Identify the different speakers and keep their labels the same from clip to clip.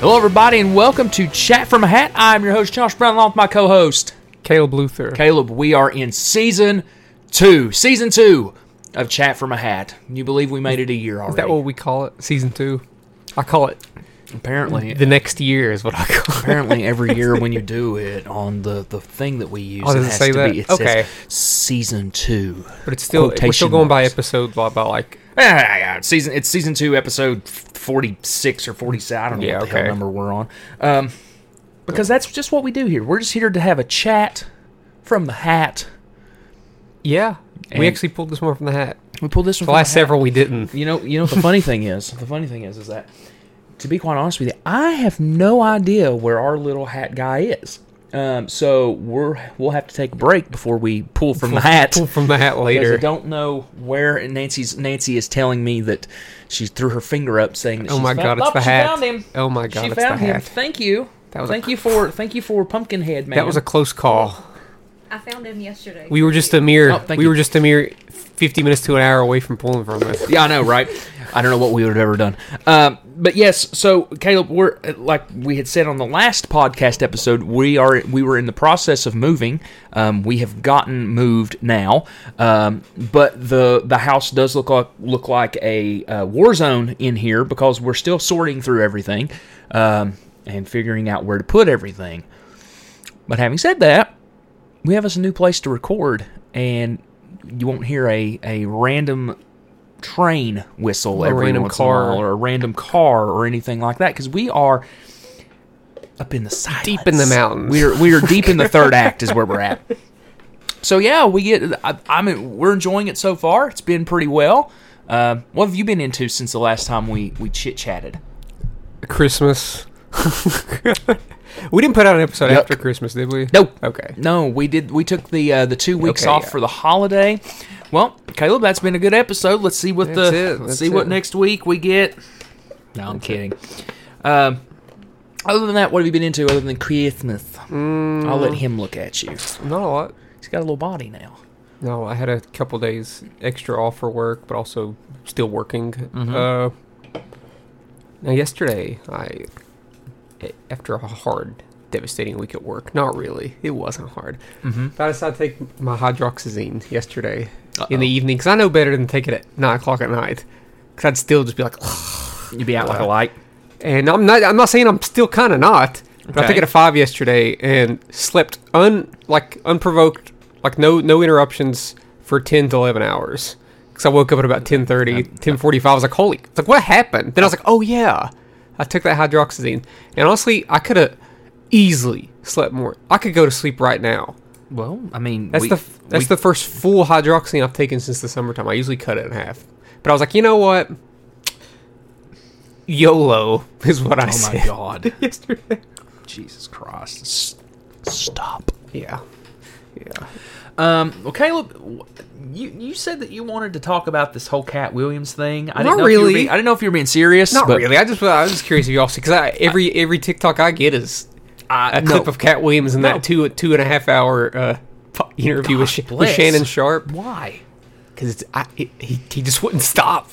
Speaker 1: Hello, everybody, and welcome to Chat from a Hat. I'm your host, Josh Brown, along with my co host,
Speaker 2: Caleb Luther.
Speaker 1: Caleb. We are in season two, season two of Chat from a Hat. Can You believe we made it a year already?
Speaker 2: Is that what we call it? Season two. I call it
Speaker 1: apparently,
Speaker 2: the next year is what I call it.
Speaker 1: apparently, every year when you do it on the, the thing that we use,
Speaker 2: Oh, does it
Speaker 1: has
Speaker 2: say
Speaker 1: to
Speaker 2: that?
Speaker 1: be it
Speaker 2: Okay.
Speaker 1: says season two.
Speaker 2: But it's still we're still
Speaker 1: Quotation
Speaker 2: going by
Speaker 1: marks.
Speaker 2: episode by, by like
Speaker 1: Ah, yeah, it's season it's season two, episode forty six or forty seven. I don't know
Speaker 2: Yeah,
Speaker 1: what the hell
Speaker 2: okay.
Speaker 1: number we're on. Um, because that's just what we do here. We're just here to have a chat from the hat.
Speaker 2: yeah.
Speaker 1: And-
Speaker 2: we actually pulled this one from the hat.
Speaker 1: We pulled this one.
Speaker 2: The
Speaker 1: from
Speaker 2: last
Speaker 1: the hat.
Speaker 2: several we didn't.
Speaker 1: You know, you know what the funny thing is. The funny thing is, is that to be quite honest with you, I have no idea where our little hat guy is. Um, so we're we'll have to take a break before we pull from the hat.
Speaker 2: Pulled from the hat
Speaker 1: Because I
Speaker 2: later.
Speaker 1: don't know where Nancy's Nancy is telling me that she threw her finger up saying that
Speaker 2: Oh
Speaker 1: she's
Speaker 2: my
Speaker 1: found-
Speaker 2: god, it's
Speaker 1: Oh,
Speaker 2: the
Speaker 1: she
Speaker 2: hat.
Speaker 1: found him.
Speaker 2: Oh my god,
Speaker 1: she
Speaker 2: it's
Speaker 1: found
Speaker 2: the
Speaker 1: him.
Speaker 2: hat.
Speaker 1: Thank you.
Speaker 2: That was a-
Speaker 1: thank you for thank you for Pumpkinhead man.
Speaker 2: That was a close call.
Speaker 3: I found him yesterday.
Speaker 2: We were just a mere
Speaker 1: Oh, thank
Speaker 2: we
Speaker 1: you.
Speaker 2: were just a mere fifty minutes to an hour away from pulling from it.
Speaker 1: yeah, I know, right? I don't know what we would have ever done. Um, but yes, so Caleb, we're like we had said on the last podcast episode, we are we were in the process of moving. Um, we have gotten moved now, um, but the the house does look like look like a uh, war zone in here because we're still sorting through everything um, and figuring out where to put everything. But having said that, we have us a new place to record and. You won't hear a, a random train whistle
Speaker 2: A
Speaker 1: every
Speaker 2: random
Speaker 1: once in
Speaker 2: car.
Speaker 1: a while, or a random car, or anything like that, because we are up in the silence.
Speaker 2: Deep in the mountains.
Speaker 1: We're we're deep in the third act is where we're at. So yeah, we get. I, I mean, we're enjoying it so far. It's been pretty well. Uh, what have you been into since the last time we we chit chatted?
Speaker 2: Christmas. we didn't put out an episode
Speaker 1: Yuck.
Speaker 2: after Christmas, did we?
Speaker 1: Nope.
Speaker 2: Okay.
Speaker 1: No, we did. We took the uh, the two weeks
Speaker 2: Okay,
Speaker 1: off
Speaker 2: yeah.
Speaker 1: for the holiday. Well, Caleb, that's been a good episode. Let's see what
Speaker 2: That's
Speaker 1: the
Speaker 2: it,
Speaker 1: let's
Speaker 2: that's
Speaker 1: see what
Speaker 2: it.
Speaker 1: next week we get. No, I'm kidding. Um, other than that, what have you been into other than Christmas? I'll let him look at you. He's
Speaker 2: Not Mm. a lot.
Speaker 1: got a little body now.
Speaker 2: No, I had a couple days extra off for work, but also still working. Uh, now, yesterday, I after a hard, devastating week at work. Not really. It wasn't hard. Mm-hmm. But I decided to take my hydroxyzine yesterday in the evening because I know better than take it at nine o'clock at night. Because I'd still just be like,
Speaker 1: You'd be out like a light.
Speaker 2: and I'm not. I'm not saying I'm still kind of not. But I
Speaker 1: Okay.
Speaker 2: took it at five yesterday and slept un like unprovoked, like no no interruptions for ten to eleven hours. Because I woke up at about 10.30, 10.45. I was like, holy, it's like what happened? Then I was like, oh yeah, I took that hydroxyzine, and honestly, I could have easily slept more. I could go to sleep right now.
Speaker 1: Well, I mean,
Speaker 2: That's
Speaker 1: we-
Speaker 2: the f- that's
Speaker 1: we-
Speaker 2: the first full hydroxyzine I've taken since the summertime. I usually cut it in half, but I was like, you know what? YOLO is what I
Speaker 1: Oh
Speaker 2: said.
Speaker 1: my god,
Speaker 2: yesterday.
Speaker 1: Jesus Christ! S- Stop.
Speaker 2: Yeah. Yeah.
Speaker 1: Um, well, Caleb, w- you you said that you wanted to talk about this whole Cat Williams thing. I
Speaker 2: Not
Speaker 1: didn't know if you were
Speaker 2: really.
Speaker 1: being- I didn't know if you were being serious.
Speaker 2: Not
Speaker 1: but
Speaker 2: really. I just I was just curious if y'all see because every every TikTok I get is
Speaker 1: I,
Speaker 2: a clip of Cat Williams in
Speaker 1: No.
Speaker 2: that two two and a half hour uh, po- interview with,
Speaker 1: Gosh
Speaker 2: Sh- with
Speaker 1: Ah, bless.
Speaker 2: Shannon Sharp
Speaker 1: why.
Speaker 2: because it, he he just wouldn't stop.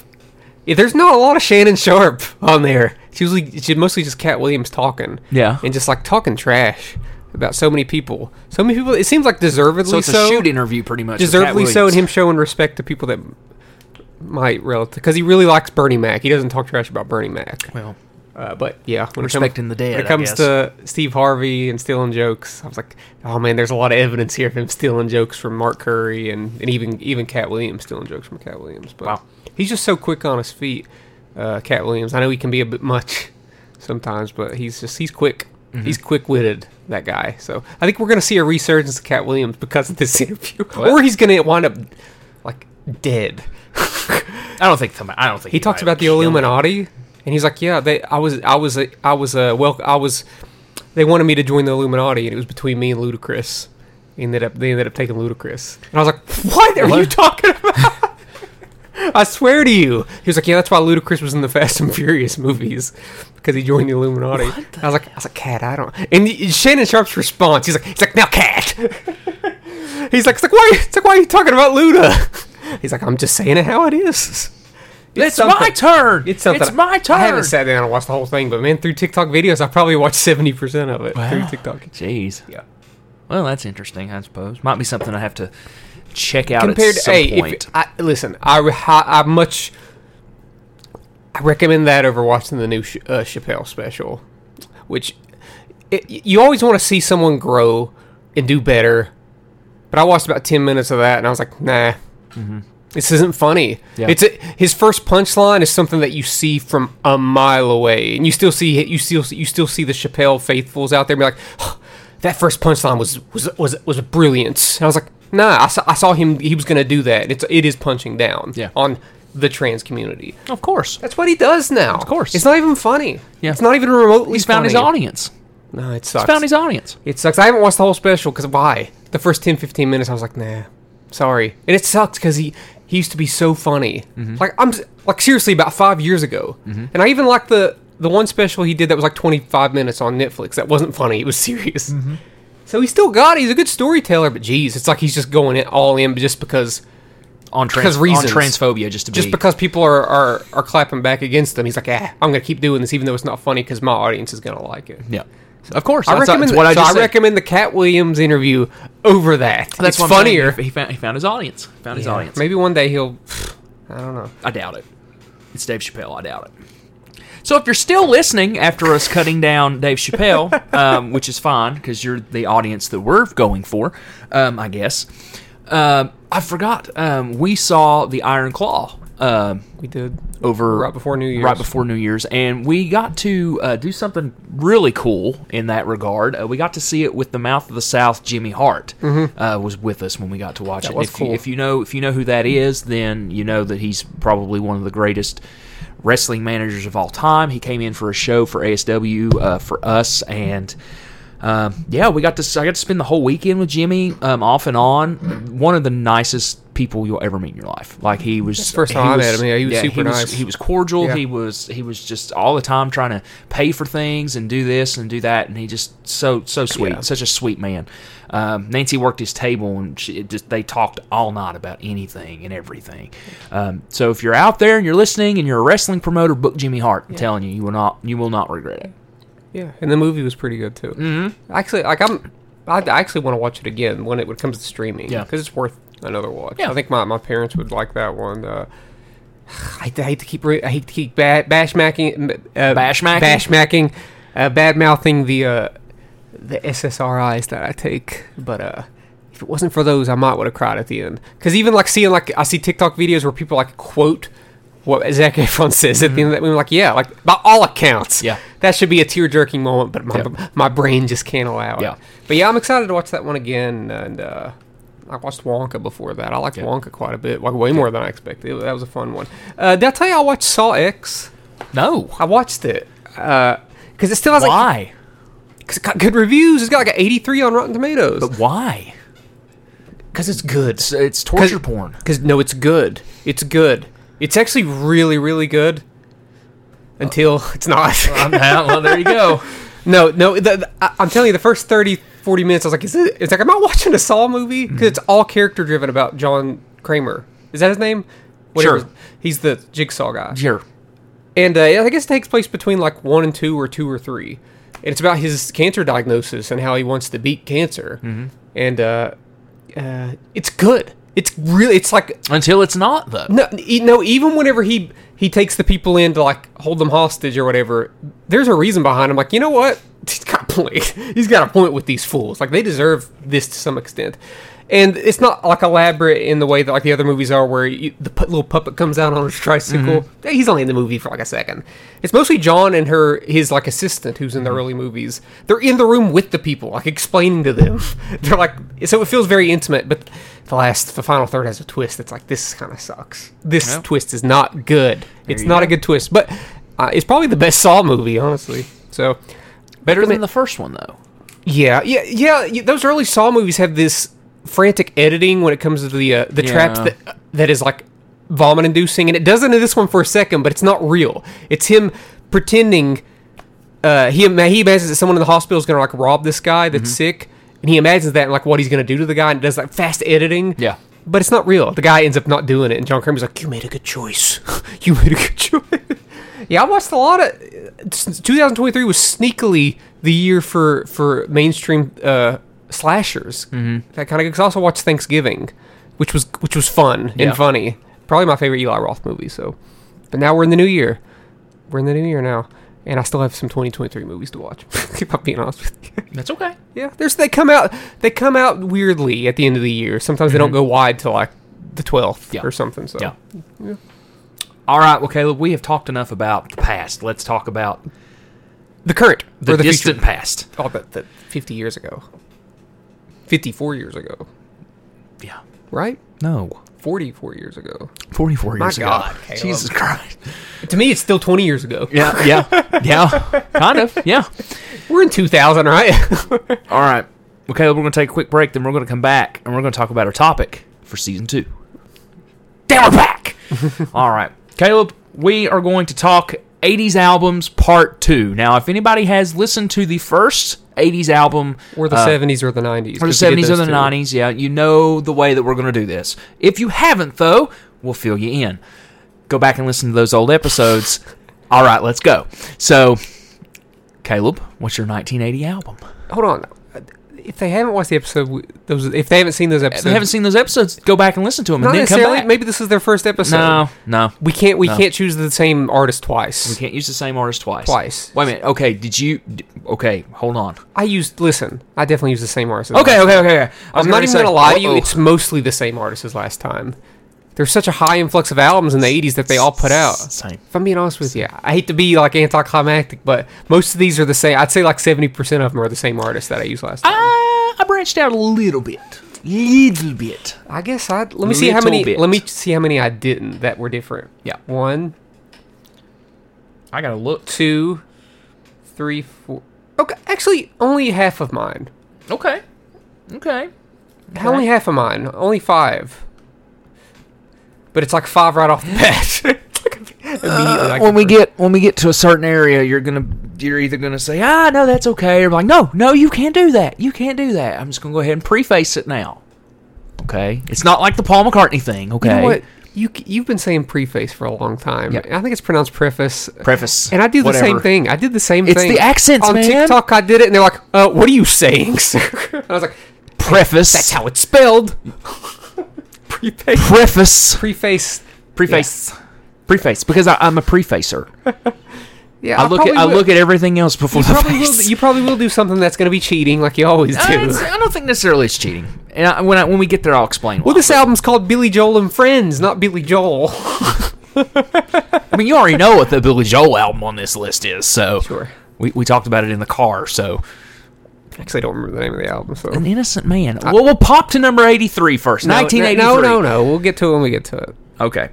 Speaker 2: Yeah, there's not a lot of Shannon Sharp on there. It's usually it's mostly just Cat Williams talking.
Speaker 1: Yeah.
Speaker 2: and just like talking trash about so many people. So many people. It seems like deservedly
Speaker 1: So it's a shoot interview, pretty much. with Cat
Speaker 2: deservedly so,
Speaker 1: Williams.
Speaker 2: and him showing respect to people that might relative because he really likes Bernie Mac. He doesn't talk trash about Bernie Mac.
Speaker 1: Well,
Speaker 2: Uh, but yeah, when it
Speaker 1: Respecting
Speaker 2: comes,
Speaker 1: the dead,
Speaker 2: When it
Speaker 1: I
Speaker 2: comes
Speaker 1: guess.
Speaker 2: to Steve Harvey and stealing jokes, I was like, oh man, there's a lot of evidence here of him stealing jokes from Mark Curry and, and even even Cat Williams stealing jokes from Cat Williams. But
Speaker 1: Wow.
Speaker 2: he's just so quick on his feet, uh, Cat Williams. I know he can be a bit much sometimes, but he's just he's quick.
Speaker 1: Mm-hmm.
Speaker 2: He's quick witted, that guy. So I think we're gonna see a resurgence of Cat Williams because of this interview, or he's gonna wind up like dead.
Speaker 1: I don't think. Somebody, I don't think
Speaker 2: He talks about the Illuminati, and he's like, "Yeah, they, I was, I was, a- I was, uh, well, I was. They wanted me to join the Illuminati, and it was between me and Ludacris. Ended up, they ended up taking Ludacris, and I was like, "What are you
Speaker 1: What?
Speaker 2: talking about?" I swear to you, he was like, "Yeah, that's why Ludacris was in the Fast and Furious movies because he joined the Illuminati." I was like, "I was like, Cat, I don't." And y- Shannon Sharp's response, he's like, "He's like, now, Cat." he's like, "It's like why? It's like why are you talking about Luda?" He's like, "I'm just saying it how it is."
Speaker 1: It's
Speaker 2: something.
Speaker 1: my turn.
Speaker 2: It's something.
Speaker 1: my turn.
Speaker 2: I haven't sat down and watched the whole thing, but man, through TikTok videos, I probably watched seventy percent of it through
Speaker 1: Wow.
Speaker 2: TikTok.
Speaker 1: Jeez.
Speaker 2: Yeah.
Speaker 1: Well, that's interesting. I suppose might be something I have to check out
Speaker 2: Compared,
Speaker 1: at
Speaker 2: to
Speaker 1: some
Speaker 2: hey, if-
Speaker 1: point.
Speaker 2: I, listen, I, re- I I much I recommend that over watching the new Ch- uh, Chappelle special, which it, you always want to see someone grow and do better. But I watched about ten minutes of that, and I was like, nah. This isn't funny.
Speaker 1: Mm-hmm. Yeah.
Speaker 2: It's a, his first punchline is something that you see from a mile away, and you still see you still you still see the Chappelle faithfuls out there be like, "Huh, that first punchline was was was was brilliant. And I was like, nah, I saw, I saw him. He was gonna do that. and It's it is punching down
Speaker 1: Yeah.
Speaker 2: on the trans community.
Speaker 1: of course,
Speaker 2: That's what he does now. Of
Speaker 1: course.
Speaker 2: it's not even funny.
Speaker 1: Yeah.
Speaker 2: it's not even remotely.
Speaker 1: he's found his
Speaker 2: funny.
Speaker 1: audience.
Speaker 2: No, it sucks.
Speaker 1: He's found his audience.
Speaker 2: It sucks. I haven't watched the whole special because why? The first 10, 15 minutes, I was like, nah, sorry. And it sucks because he he used to be so funny. Like I'm s- like seriously about five years ago, and I even liked the the one special he did that was like twenty five minutes on Netflix. That wasn't funny. It was serious. So he still got it. He's a good storyteller, but geez, it's like he's just going it all in just because
Speaker 1: on, trans-
Speaker 2: Because
Speaker 1: on
Speaker 2: reasons.
Speaker 1: transphobia just to
Speaker 2: just
Speaker 1: be
Speaker 2: because people are, are are clapping back against him. He's like, ah, I'm gonna keep doing this even though it's not funny because my audience is gonna like it.
Speaker 1: yeah of course
Speaker 2: I
Speaker 1: that's- that's
Speaker 2: recommend
Speaker 1: what I
Speaker 2: so
Speaker 1: just said.
Speaker 2: recommend the Cat Williams interview over that.
Speaker 1: that's
Speaker 2: it's
Speaker 1: what I'm saying.
Speaker 2: funnier.
Speaker 1: he, he found, he found his audience found his
Speaker 2: Yeah.
Speaker 1: audience
Speaker 2: Maybe one day he'll. I don't know.
Speaker 1: I doubt it it's Dave Chappelle I doubt it so if you're still listening after us cutting down Dave Chappelle um, which is fine because you're the audience that we're going for um, I guess um, I forgot um, we saw the Iron Claw um,
Speaker 2: We did
Speaker 1: over
Speaker 2: right before New Year's.
Speaker 1: right before New Year's, and we got to uh, do something really cool in that regard. Uh, we got to see it with the Mouth of the South. Jimmy Hart uh, was with us when we got to watch
Speaker 2: Mm-hmm. That
Speaker 1: it.
Speaker 2: was
Speaker 1: if, you,
Speaker 2: cool.
Speaker 1: if you know if you know who that is, then you know that he's probably one of the greatest wrestling managers of all time. He came in for a show for ASW uh, for us and. Um, yeah, we got to. I got to spend the whole weekend with Jimmy, um, off and on. One of the nicest people you'll ever meet in your life. Like he was
Speaker 2: the first
Speaker 1: he
Speaker 2: time I
Speaker 1: was-
Speaker 2: met him. Yeah, he was super nice.
Speaker 1: He was cordial.
Speaker 2: Yeah.
Speaker 1: He was he was just all the time trying to pay for things and do this and do that, and he just so so sweet,
Speaker 2: Yeah.
Speaker 1: such a sweet man. Um, Nancy worked his table, and she, it just they talked all night about anything and everything. Um, so if you're out there and you're listening and you're a wrestling promoter, book Jimmy Hart. I'm telling you, you will not you will not regret it.
Speaker 2: Yeah, and the movie was pretty good too. Mm-hmm. Actually, like I'm, I I actually want to watch it again when it when it comes to streaming.
Speaker 1: Yeah.
Speaker 2: because it's worth another watch.
Speaker 1: Yeah.
Speaker 2: I think my, my parents would like that one. Uh, I, hate to- I hate to keep re- I hate to keep ba- bash macking uh,
Speaker 1: Bash-macking?
Speaker 2: bash macking uh, bad mouthing the uh, the SSRIs that I take, but uh. If it wasn't for those, I might would have cried at the end. Because even like seeing like I see TikTok videos where people like quote what Zac Efron says at the end of that movie, like yeah, like by all accounts,
Speaker 1: Yeah.
Speaker 2: that should be a tear jerking moment, but my, my brain just can't allow it.
Speaker 1: Yeah.
Speaker 2: But yeah, I'm excited to watch that one again. And uh, I watched Wonka before that. I liked
Speaker 1: Yeah.
Speaker 2: Wonka quite a bit, like way more than I expected. It- that was a fun one. Uh, did I tell you I watched Saw X?
Speaker 1: No,
Speaker 2: I watched it because it still has like
Speaker 1: why?
Speaker 2: cause it got good reviews. It's got like an 83 on Rotten Tomatoes
Speaker 1: But why?
Speaker 2: because it's good.
Speaker 1: It's, it's torture porn.
Speaker 2: Because no, it's good. It's good. It's actually really, really good. Until it's not.
Speaker 1: well, there you go.
Speaker 2: No, no. The, the- I, I'm telling you, the first 30, 40 minutes, I was like, is it? It's like, am I watching a Saw movie? Because it's all character driven about John Kramer. Is that his name?
Speaker 1: Sure.
Speaker 2: He's the jigsaw guy.
Speaker 1: Sure.
Speaker 2: And uh, I guess it takes place between like one and two or two or three. And it's about his cancer diagnosis and how he wants to beat cancer. And uh, uh, it's good. It's really, it's like
Speaker 1: Until it's not though.
Speaker 2: no, e- no. Even whenever he he takes the people in to like hold them hostage or whatever, there's a reason behind. him. like, you know what? He's got a point. He's got a point with these fools. Like they deserve this to some extent. And it's not like elaborate in the way that like the other movies are, where you, the pu- little puppet comes out on his tricycle. Yeah, He's only in the movie for like a second. It's mostly John and her, his like assistant, who's
Speaker 1: Mm-hmm.
Speaker 2: in the early movies. They're in the room with the people, like explaining to them. They're like, so it feels very intimate. But the last the final third has a twist that's like this kind of sucks this
Speaker 1: Yeah.
Speaker 2: twist is not good it's
Speaker 1: you
Speaker 2: not
Speaker 1: go.
Speaker 2: a good twist but uh, it's probably the best saw movie honestly so
Speaker 1: Better than
Speaker 2: recommend-
Speaker 1: the first one though.
Speaker 2: yeah yeah yeah y- those early saw movies have this frantic editing when it comes to the uh, the traps
Speaker 1: Yeah.
Speaker 2: that that is like vomit inducing and it doesn't in this one for a second but it's not real it's him pretending uh, he ima- he imagines that someone in the hospital is gonna like
Speaker 1: Mm-hmm.
Speaker 2: rob this guy that's sick, and he imagines that and like what he's gonna do to the guy, and does like fast editing.
Speaker 1: Yeah.
Speaker 2: But it's not real. The guy ends up not doing it, and John Kramer's like, "You made a good choice. you made a good choice." yeah, I watched a lot of. s- 2023 was sneakily the year for for mainstream uh, slashers. Mm-hmm. That kind of. Because I also watched Thanksgiving, which was which was fun
Speaker 1: Yeah.
Speaker 2: and funny. Probably my favorite Eli Roth movie. So, but now we're in the new year. We're in the new year now, and I still have some 2023 movies to watch. if I'm being honest with you.
Speaker 1: That's okay.
Speaker 2: Yeah, there's they come out they come out weirdly at the end of the year. Sometimes they don't go wide till like the twelfth
Speaker 1: Mm-hmm. Yeah.
Speaker 2: or something. So
Speaker 1: Yeah. All right, well, Caleb, we have talked enough about the past. Let's talk about
Speaker 2: the current
Speaker 1: the,
Speaker 2: or the
Speaker 1: distant
Speaker 2: future.
Speaker 1: past.
Speaker 2: Oh, but the fifty years ago, fifty-four years ago,
Speaker 1: Yeah.
Speaker 2: right?
Speaker 1: No.
Speaker 2: Forty-four years ago.
Speaker 1: 44
Speaker 2: My
Speaker 1: years
Speaker 2: God,
Speaker 1: ago.
Speaker 2: Caleb.
Speaker 1: Jesus Christ.
Speaker 2: To me, it's still twenty years ago.
Speaker 1: Yeah, yeah, yeah. Kind of, yeah.
Speaker 2: We're in two thousand, right?
Speaker 1: All right. Well, Caleb, we're going to take a quick break, then we're going to come back and we're going to talk about our topic for season two. Damn, we're back! All right. Caleb, we are going to talk 80s albums part two. Now, if anybody has listened to the first 80s album
Speaker 2: or the
Speaker 1: uh,
Speaker 2: seventies or the nineties.
Speaker 1: or the 70s or the 90s. Yeah, you know the way that we're going to do this. If you haven't, though, we'll fill you in. Go back and listen to those old episodes. All right, let's go. So, Caleb, what's your 1980 album?
Speaker 2: Hold on. If they haven't watched the episode, we- those if they haven't seen those
Speaker 1: If
Speaker 2: episodes,
Speaker 1: you haven't seen those episodes, go back and listen to them
Speaker 2: not
Speaker 1: and then come
Speaker 2: necessarily.
Speaker 1: back.
Speaker 2: Maybe this is their first episode.
Speaker 1: No, no.
Speaker 2: We can't. We
Speaker 1: No.
Speaker 2: can't choose the same artist twice.
Speaker 1: We can't use the same artist twice.
Speaker 2: Twice.
Speaker 1: Wait a minute. Okay, did you. d- Okay, hold on.
Speaker 2: I used. Listen, I definitely used the same artist. As
Speaker 1: Okay,
Speaker 2: last
Speaker 1: okay, okay. okay. I was
Speaker 2: I'm
Speaker 1: gonna
Speaker 2: not even
Speaker 1: say-
Speaker 2: gonna lie to you.
Speaker 1: Uh-oh.
Speaker 2: It's mostly the same artist as last time. There's such a high influx of albums in the '80s that they all put out.
Speaker 1: Same.
Speaker 2: If I'm being honest with you, I hate to be like anticlimactic, but most of these are the same. I'd say like 70% of them are the same artist that I used last
Speaker 1: Uh,
Speaker 2: time.
Speaker 1: I branched out a little bit. Little bit.
Speaker 2: I guess I let me see how
Speaker 1: Little
Speaker 2: many.
Speaker 1: bit.
Speaker 2: Let me see how many I didn't that were different.
Speaker 1: Yeah.
Speaker 2: One,
Speaker 1: I got to look.
Speaker 2: two, three, four. Okay, actually, only half of mine.
Speaker 1: Okay. Okay.
Speaker 2: Only half of mine. Only five. But it's like five right off the bat. It's like immediately. like
Speaker 1: when
Speaker 2: the
Speaker 1: we
Speaker 2: first-
Speaker 1: get when we get to a certain area, you're gonna you're either gonna say, ah, no, that's okay, or like, no, no, you can't do that. You can't do that. I'm just gonna go ahead and preface it now. Okay, it's not like the Paul McCartney thing. Okay,
Speaker 2: You know what? You, you've been saying preface for a long time.
Speaker 1: Yep.
Speaker 2: and I think it's pronounced preface.
Speaker 1: preface,
Speaker 2: And I do the
Speaker 1: whatever.
Speaker 2: same thing. I did the same
Speaker 1: It's
Speaker 2: thing.
Speaker 1: the accents,
Speaker 2: On
Speaker 1: man.
Speaker 2: TikTok, I did it, and they're like, uh, what are you saying, sir? And I was like,
Speaker 1: Preface.
Speaker 2: that's how it's spelled. preface.
Speaker 1: Preface.
Speaker 2: Preface.
Speaker 1: Preface. Preface. Because I, I'm a prefacer.
Speaker 2: Yeah,
Speaker 1: I look at
Speaker 2: probably
Speaker 1: I
Speaker 2: will-
Speaker 1: look at everything else before
Speaker 2: You
Speaker 1: the
Speaker 2: probably, will,
Speaker 1: face.
Speaker 2: you probably will do something that's going to be cheating, like you always
Speaker 1: Uh,
Speaker 2: do.
Speaker 1: it's- I don't think necessarily it's cheating. And I, when I, when we get there, I'll explain.
Speaker 2: Well,
Speaker 1: why.
Speaker 2: this album's called Billy Joel and Friends, not Billy Joel.
Speaker 1: I mean, you already know what the Billy Joel album on this list is, so
Speaker 2: Sure.
Speaker 1: we, we talked about it in the car. So
Speaker 2: Actually, I don't remember the name of the album. So
Speaker 1: an innocent man. well, we'll pop to number 83 first.
Speaker 2: No,
Speaker 1: 1983.
Speaker 2: No, no, no. We'll get to it when we get to it.
Speaker 1: Okay.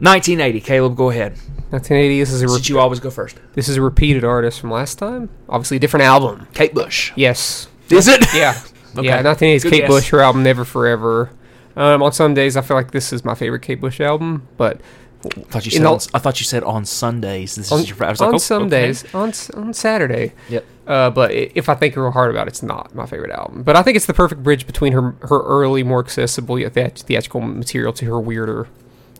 Speaker 1: 1980. Caleb, go ahead.
Speaker 2: 1980. This is a re-
Speaker 1: Since you always go first.
Speaker 2: this is a repeated artist from last time. Obviously, a different album.
Speaker 1: Kate Bush.
Speaker 2: Yes.
Speaker 1: Is it?
Speaker 2: Yeah.
Speaker 1: Okay.
Speaker 2: Yeah. 1980 is
Speaker 1: Good
Speaker 2: Kate
Speaker 1: guess.
Speaker 2: Bush. Her album Never Forever. Um, on some days, I feel like this is my favorite Kate Bush album, but
Speaker 1: I thought you said.
Speaker 2: In the-
Speaker 1: on, I thought you said on Sundays. This
Speaker 2: on,
Speaker 1: is your. I was like,
Speaker 2: on
Speaker 1: oh,
Speaker 2: some
Speaker 1: okay.
Speaker 2: days, on s- on Saturday.
Speaker 1: Yep.
Speaker 2: Uh, but i- if I think real hard about it, it's not my favorite album. But I think it's the perfect bridge between her her early, more accessible yet the- theatrical material to her weirder,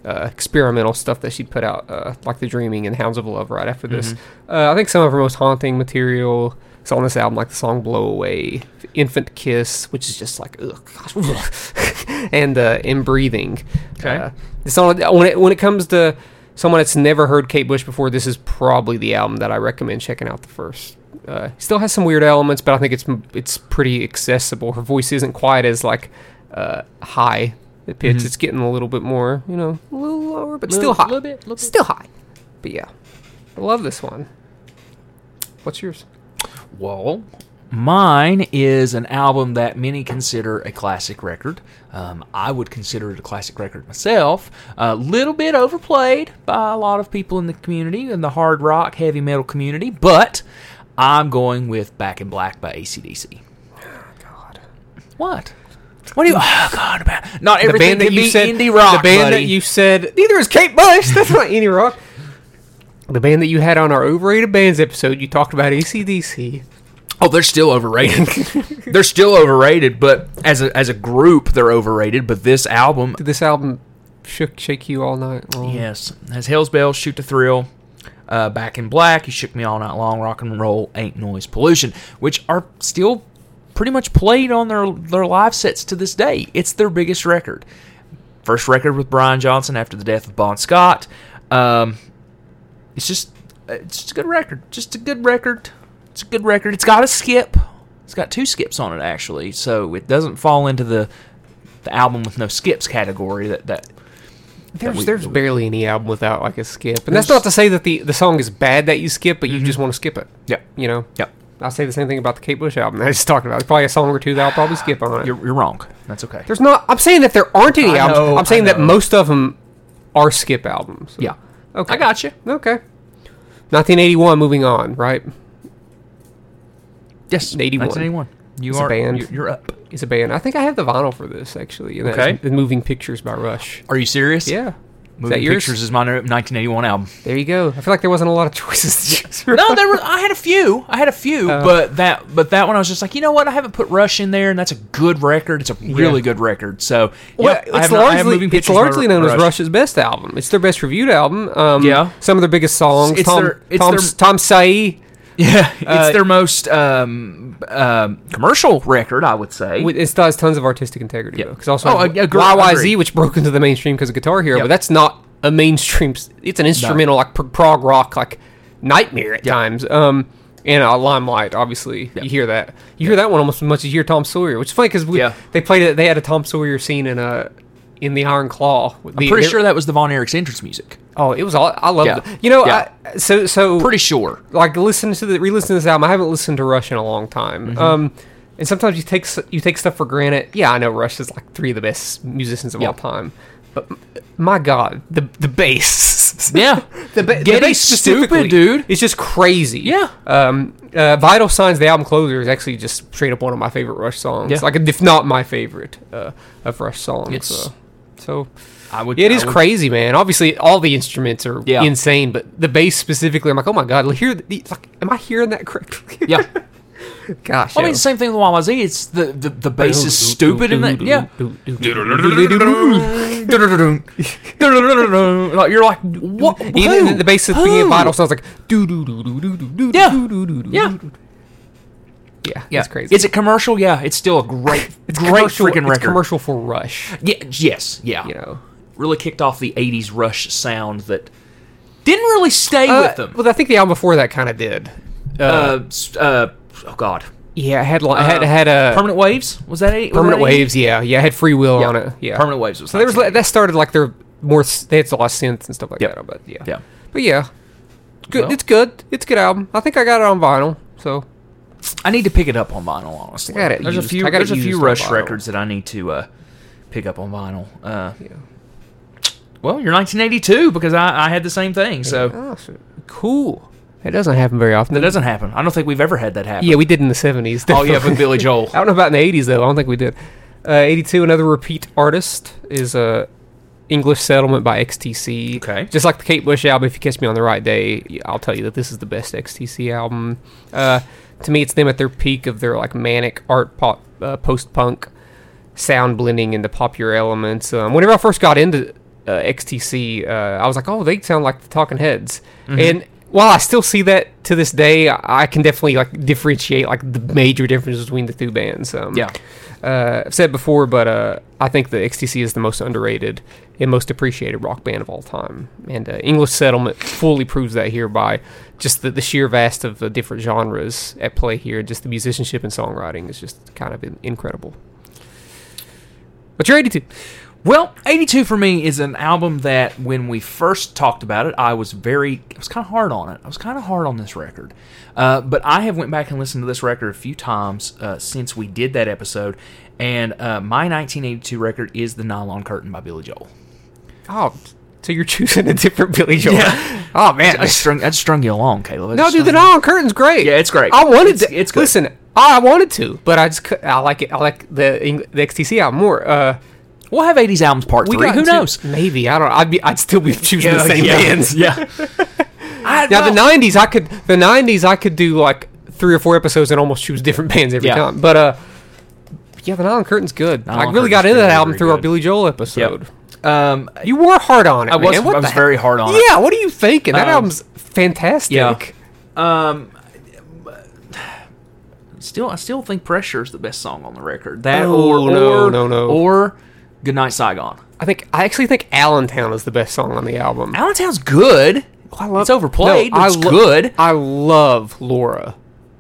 Speaker 2: uh, experimental stuff that she put out, uh, like The Dreaming and Hounds of Love. Right after this, uh, I think some of her most haunting material is on this album, like the song "Blow Away," "Infant Kiss," which is just like ugh, gosh, ugh, and uh, "In Breathing."
Speaker 1: Okay.
Speaker 2: Uh, it's on when it when it comes to someone that's never heard Kate Bush before. This is probably the album that I recommend checking out the first. Uh, still has some weird elements, but I think it's it's pretty accessible. Her voice isn't quite as like uh, high pitch. It's getting a little bit more, you know, a little lower, but still
Speaker 1: Mm-hmm. Little-
Speaker 2: high.
Speaker 1: little bit, little bit.
Speaker 2: Still high. But yeah, I love this one. What's yours?
Speaker 1: Well, mine is an album that many consider a classic record. Um, I would consider it a classic record myself. A little bit overplayed by a lot of people in the community, in the hard rock, heavy metal community, but I'm going with Back in Black by ACDC.
Speaker 2: God.
Speaker 1: What? What are you? Oh, God, about not
Speaker 2: The
Speaker 1: everything
Speaker 2: band that
Speaker 1: can
Speaker 2: you
Speaker 1: be
Speaker 2: said
Speaker 1: indie rock.
Speaker 2: The band
Speaker 1: buddy.
Speaker 2: that you said neither is Kate Bush. That's not indie rock. The band that you had on our overrated bands episode, you talked about ACDC.
Speaker 1: Oh, they're still overrated. they're still overrated, but as a as a group, they're overrated. But this album,
Speaker 2: Did this album shook shake you all night long?
Speaker 1: yes, has Hell's Bell, Shoot to Thrill, uh, Back in Black, You Shook Me All Night Long, Rock and Roll, Ain't Noise Pollution, which are still pretty much played on their their live sets to this day. It's their biggest record, first record with Brian Johnson after the death of Bon Scott. Um, it's just uh, it's just a good record. Just a good record. It's a good record. It's got a skip. It's got two skips on it actually, so it doesn't fall into the the album with no skips category that that
Speaker 2: There's
Speaker 1: we-
Speaker 2: there's
Speaker 1: that we-
Speaker 2: barely any album without like a skip, and
Speaker 1: There's-
Speaker 2: that's
Speaker 1: Mm-hmm.
Speaker 2: not to say that the the song is bad that you skip, but you just want to skip it.
Speaker 1: yeah
Speaker 2: You know.
Speaker 1: yeah
Speaker 2: I say the same thing about the Kate Bush album that I just talked about. There's probably a song or two that I'll probably skip on it.
Speaker 1: You're, you're wrong. That's okay.
Speaker 2: There's not. I'm saying that there aren't any
Speaker 1: I
Speaker 2: albums.
Speaker 1: know,
Speaker 2: I'm saying
Speaker 1: I
Speaker 2: that
Speaker 1: know.
Speaker 2: most of them are skip albums.
Speaker 1: yeah.
Speaker 2: Okay.
Speaker 1: I got you.
Speaker 2: Okay. 1981. Moving on. Right.
Speaker 1: Yes.
Speaker 2: 81.
Speaker 1: 1981. You
Speaker 2: It's a
Speaker 1: are
Speaker 2: band.
Speaker 1: You're, you're up.
Speaker 2: Is a band. I think I have the vinyl for this actually. and that's
Speaker 1: Okay.
Speaker 2: The Moving Pictures by Rush.
Speaker 1: Are you serious?
Speaker 2: Yeah. Is
Speaker 1: Moving
Speaker 2: that yours?
Speaker 1: Pictures is my 1981 album.
Speaker 2: There you go. I feel like there wasn't a lot of choices.
Speaker 1: no, there were. I had a few. I had a few,
Speaker 2: Oh.
Speaker 1: but that but that one I was just like, you know what? I haven't put Rush in there, and that's a good record. It's a really good record. So
Speaker 2: Well,
Speaker 1: yep, I
Speaker 2: it's
Speaker 1: have not- I have
Speaker 2: largely
Speaker 1: Moving
Speaker 2: it's
Speaker 1: Pictures by
Speaker 2: largely known as Rush's best album. It's their best reviewed album. Um,
Speaker 1: Yeah.
Speaker 2: some of their biggest songs.
Speaker 1: It's
Speaker 2: Tom
Speaker 1: their- it's
Speaker 2: Tom,
Speaker 1: their-
Speaker 2: Tom Sae.
Speaker 1: Yeah, it's
Speaker 2: Uh,
Speaker 1: their most um, um, commercial record, I would say.
Speaker 2: With- It still has tons of artistic integrity
Speaker 1: Yeah.
Speaker 2: though, because also
Speaker 1: Oh,
Speaker 2: has
Speaker 1: I- I agree-
Speaker 2: YYZ,
Speaker 1: agree.
Speaker 2: which broke into the mainstream because of Guitar Hero,
Speaker 1: Yep.
Speaker 2: but that's not a mainstream. s- It's an instrumental like pr- prog rock like nightmare at times. Um, and uh, Limelight, obviously, you hear that. You hear that one almost as much as you hear Tom Sawyer, which is funny because
Speaker 1: Yeah.
Speaker 2: they played it. They had a Tom Sawyer scene in a in the Iron Claw. with
Speaker 1: I'm
Speaker 2: the-
Speaker 1: pretty
Speaker 2: they-
Speaker 1: sure that was the Von Erich's entrance music.
Speaker 2: Oh, it was all I loved.
Speaker 1: Yeah.
Speaker 2: It. You know,
Speaker 1: Yeah.
Speaker 2: I, so so
Speaker 1: Pretty sure.
Speaker 2: like listen to the re-listen to this album. I haven't listened to Rush in a long time.
Speaker 1: Mm-hmm.
Speaker 2: Um, and sometimes you take s- you take stuff for granted. Yeah, I know Rush is like three of the best musicians of
Speaker 1: Yeah.
Speaker 2: all time, but m- my God, the the bass.
Speaker 1: Yeah,
Speaker 2: The, ba- the
Speaker 1: Getty
Speaker 2: bass
Speaker 1: stupid,
Speaker 2: specifically
Speaker 1: dude.
Speaker 2: It's just crazy.
Speaker 1: Yeah.
Speaker 2: Um, uh, Vital Signs, the album closer, is actually just straight up one of my favorite Rush songs.
Speaker 1: Yeah.
Speaker 2: Like, if not my favorite uh, of Rush songs.
Speaker 1: It's-
Speaker 2: uh, so
Speaker 1: I would.
Speaker 2: yeah, it
Speaker 1: I
Speaker 2: is
Speaker 1: would-
Speaker 2: crazy, man. Obviously, all the instruments are
Speaker 1: Yeah.
Speaker 2: insane, but the bass specifically, I'm like, oh my god, hear the, like, am I hearing that correctly?
Speaker 1: Yeah.
Speaker 2: gosh.
Speaker 1: Well, I mean, same thing with YYZ. It's the the, the bass is stupid in that. Yeah. like you're like what?
Speaker 2: Even
Speaker 1: who?
Speaker 2: the bass is being
Speaker 1: Who?
Speaker 2: vital sounds like do do do do do do do
Speaker 1: Yeah.
Speaker 2: do do do
Speaker 1: Yeah.
Speaker 2: do, do. yeah,
Speaker 1: Yeah,
Speaker 2: it's crazy.
Speaker 1: Is it commercial? Yeah, it's still a great,
Speaker 2: It's
Speaker 1: great
Speaker 2: commercial-
Speaker 1: freaking
Speaker 2: it's
Speaker 1: record.
Speaker 2: commercial for Rush,
Speaker 1: Yeah, yes, yeah.
Speaker 2: you know.
Speaker 1: Really kicked off the '80s Rush sound that didn't really stay
Speaker 2: Uh,
Speaker 1: with them.
Speaker 2: Well, I think the album before that kind of did.
Speaker 1: uh, s- uh, oh God,
Speaker 2: Yeah, it had li- had
Speaker 1: Uh,
Speaker 2: had a
Speaker 1: Permanent Waves was that? eight- was
Speaker 2: Permanent
Speaker 1: that eight?
Speaker 2: Waves. Yeah, yeah, it had Free Will on it. Yeah,
Speaker 1: Permanent Waves was.
Speaker 2: So there was like,
Speaker 1: 1980.
Speaker 2: that started like their more s- they had a lot of synths and stuff like
Speaker 1: Yep.
Speaker 2: that. But yeah,
Speaker 1: Yeah.
Speaker 2: but yeah, good.
Speaker 1: Well.
Speaker 2: It's good. It's a good album. I think I got it on vinyl. So
Speaker 1: I need to pick it up on vinyl. Honestly,
Speaker 2: I got it
Speaker 1: There's a
Speaker 2: used.
Speaker 1: few.
Speaker 2: I got it
Speaker 1: There's a
Speaker 2: used
Speaker 1: few
Speaker 2: on
Speaker 1: Rush
Speaker 2: vinyl.
Speaker 1: records that I need to uh, pick up on vinyl. Uh,
Speaker 2: yeah,
Speaker 1: well, you're 1982 because I, I had the same thing. So
Speaker 2: Oh, so- cool. It doesn't happen very often.
Speaker 1: that doesn't happen. I don't think we've ever had that happen.
Speaker 2: Yeah, we did in the seventies.
Speaker 1: oh yeah, with Billy Joel.
Speaker 2: I don't know about in the eighties though. I don't think we did. Uh, Eighty-two. Another repeat artist is uh, English Settlement by XTC.
Speaker 1: Okay.
Speaker 2: Just like the Kate Bush album, if you catch me on the right day, y- I'll tell you that this is the best XTC album. Uh, to me, it's them at their peak of their like manic art pop, uh, post punk sound blending into popular elements. Um, whenever I first got into uh, XTC, uh, I was like, oh, they sound like the Talking Heads, and while I still see that to this day, I I can definitely like differentiate like the major differences between the two bands. Um,
Speaker 1: Yeah.
Speaker 2: uh, I've said before, but uh, I think the XTC is the most underrated and most appreciated rock band of all time. And uh, English Settlement fully proves that here by just the, the sheer vast of the different genres at play here. Just the musicianship and songwriting is just kind of in- incredible. But you're 82.
Speaker 1: Well, 82 for me is an album that when we first talked about it, I was very, I was kind of hard on it. I was kind of hard on this record. Uh, but I have went back and listened to this record a few times uh, since we did that episode. And uh, my 1982 record is The Nylon Curtain by Billy Joel.
Speaker 2: Oh, so you're choosing a different Billy Joel.
Speaker 1: Yeah.
Speaker 2: Oh, man.
Speaker 1: I strung, I strung you along, Caleb. I
Speaker 2: No,
Speaker 1: just
Speaker 2: dude, the
Speaker 1: strung
Speaker 2: Nylon Curtain's great.
Speaker 1: Yeah, it's great.
Speaker 2: I wanted
Speaker 1: It's-
Speaker 2: to.
Speaker 1: it's
Speaker 2: It's
Speaker 1: good.
Speaker 2: listen. I wanted to, but I just cou- I like it. I like the Eng- the XTC album more. Uh,
Speaker 1: you- We'll have 80s albums part three.
Speaker 2: got
Speaker 1: Who
Speaker 2: into-
Speaker 1: knows?
Speaker 2: Maybe I don't. I'd be. I'd still be choosing the same bands.
Speaker 1: yeah. I,
Speaker 2: Now
Speaker 1: well,
Speaker 2: the '90s, I could. The '90s, I could do like three or four episodes and almost choose different bands every
Speaker 1: Yeah.
Speaker 2: time. But uh, yeah, the Nylon Curtain's good.
Speaker 1: Nylon
Speaker 2: I really got
Speaker 1: Curtain's
Speaker 2: into that
Speaker 1: very,
Speaker 2: album
Speaker 1: very
Speaker 2: through our
Speaker 1: good.
Speaker 2: Billy Joel episode.
Speaker 1: Um,
Speaker 2: You were hard on it.
Speaker 1: I was,
Speaker 2: man. What
Speaker 1: I was
Speaker 2: the
Speaker 1: very hard on it.
Speaker 2: Yeah, what are you thinking? That
Speaker 1: Um,
Speaker 2: album's fantastic.
Speaker 1: yeah. Um, still, I still think "Pressure" is the best song on the record. That
Speaker 2: Oh,
Speaker 1: or
Speaker 2: no,
Speaker 1: or
Speaker 2: no, no.
Speaker 1: or "Goodnight Saigon."
Speaker 2: I think I actually think Allentown is the best song on the album.
Speaker 1: Allentown's good.
Speaker 2: Oh, I love-
Speaker 1: it's overplayed.
Speaker 2: No,
Speaker 1: but
Speaker 2: I
Speaker 1: it's
Speaker 2: lo-
Speaker 1: good.
Speaker 2: I love Laura.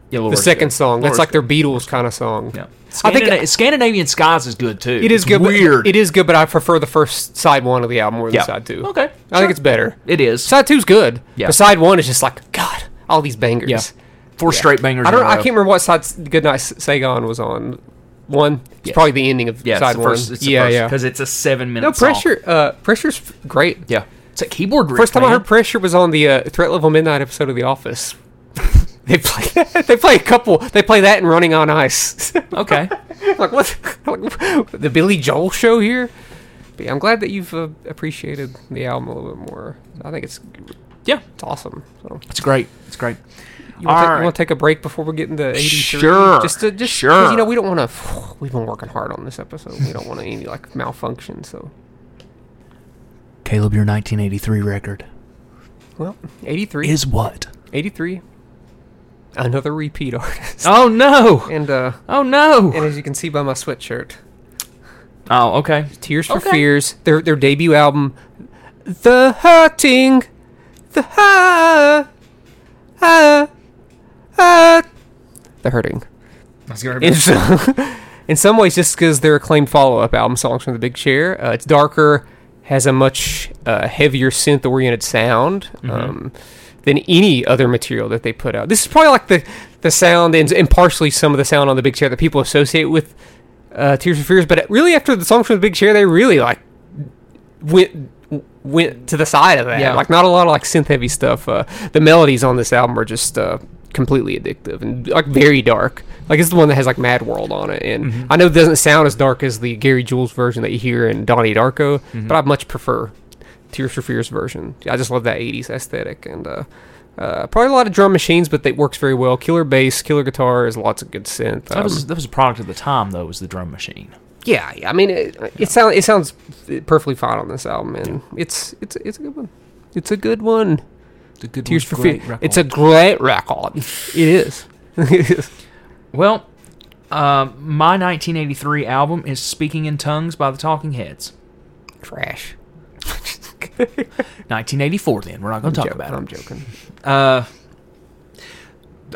Speaker 1: Yeah,
Speaker 2: The second song. That's like their Beatles kind of song.
Speaker 1: Yeah.
Speaker 2: I think
Speaker 1: Scandina- uh, Scandinavian Skies is good too.
Speaker 2: it is
Speaker 1: It's
Speaker 2: good. but-
Speaker 1: Weird.
Speaker 2: it is good, but I prefer the first side one of the album more than
Speaker 1: Yeah.
Speaker 2: side two.
Speaker 1: Okay,
Speaker 2: I
Speaker 1: sure.
Speaker 2: think it's better.
Speaker 1: It is.
Speaker 2: Side two's good.
Speaker 1: Yeah.
Speaker 2: But side one is just like God, all these bangers.
Speaker 1: Yeah. Four straight bangers.
Speaker 2: I don't.
Speaker 1: in a
Speaker 2: I
Speaker 1: row.
Speaker 2: can't remember what side s- Goodnight S- Saigon was on. One. It's
Speaker 1: Yeah.
Speaker 2: probably the ending of
Speaker 1: Yeah, it's
Speaker 2: side
Speaker 1: the first.
Speaker 2: one.
Speaker 1: It's the
Speaker 2: yeah,
Speaker 1: first,
Speaker 2: yeah.
Speaker 1: Because it's a seven-minute.
Speaker 2: No pressure. Uh, pressure's f- great.
Speaker 1: Yeah. It's a keyboard. Riff,
Speaker 2: First time I
Speaker 1: man.
Speaker 2: heard pressure was on the uh, Threat Level Midnight episode of The Office. they play that. They play a couple. They play that and Running on Ice.
Speaker 1: Okay.
Speaker 2: like what? like, the Billy Joel show here. But yeah, I'm glad that you've uh, appreciated the album a little bit more. I think it's
Speaker 1: yeah.
Speaker 2: it's awesome. So,
Speaker 1: It's great. It's great.
Speaker 2: you want
Speaker 1: All right.
Speaker 2: to take a break before we get into 83?
Speaker 1: Sure,
Speaker 2: Just to just 'cause,
Speaker 1: sure.
Speaker 2: you know we don't want to. We've been working hard on this episode. We don't want any like malfunction. So
Speaker 1: Caleb, your 1983 record
Speaker 2: well, 83,
Speaker 1: is what?
Speaker 2: 83, another repeat artist.
Speaker 1: Oh no!
Speaker 2: And uh,
Speaker 1: Oh no!
Speaker 2: and as you can see by my sweatshirt,
Speaker 1: Oh okay.
Speaker 2: Tears for
Speaker 1: Okay.
Speaker 2: Fears, their their debut album, The Hurting, The Ha, Ha, Ha, The Hurting. In some, in some ways, just because their acclaimed follow-up album, Songs from the Big Chair, uh, it's darker, has a much uh, heavier synth-oriented sound um, than any other material that they put out. This is probably like the the sound and, and partially some of the sound on the Big Chair that people associate with uh, Tears for Fears. But really, after the Songs from the Big Chair, they really like went went to the side of that.
Speaker 1: Yeah.
Speaker 2: Like not a lot of like synth heavy stuff. Uh, the melodies on this album are just uh, completely addictive and like very dark. Like it's the one that has like Mad World on it, and
Speaker 1: Mm-hmm.
Speaker 2: I know it doesn't sound as dark as the Gary Jules version that you hear in Donnie Darko,
Speaker 1: Mm-hmm.
Speaker 2: but I much prefer Tears for Fears version. I just love that '80s aesthetic and. Uh, uh, probably a lot of drum machines, but that works very well. Killer bass, killer guitars, lots of good synth.
Speaker 1: That
Speaker 2: Um,
Speaker 1: was that was a product of the time though. Was the drum machine?
Speaker 2: yeah, yeah, I mean, it, uh, it sounds it sounds perfectly fine on this album, and it's it's it's a good one. It's a good one.
Speaker 1: It's a good
Speaker 2: Tears for Fears. It's a great record. it is. It is.
Speaker 1: well. Um, my 1983 album is "Speaking in Tongues" by the Talking Heads.
Speaker 2: Trash.
Speaker 1: 1984. Then we're not going to talk
Speaker 2: Joke-
Speaker 1: about
Speaker 2: I'm
Speaker 1: it.
Speaker 2: joking.
Speaker 1: Uh,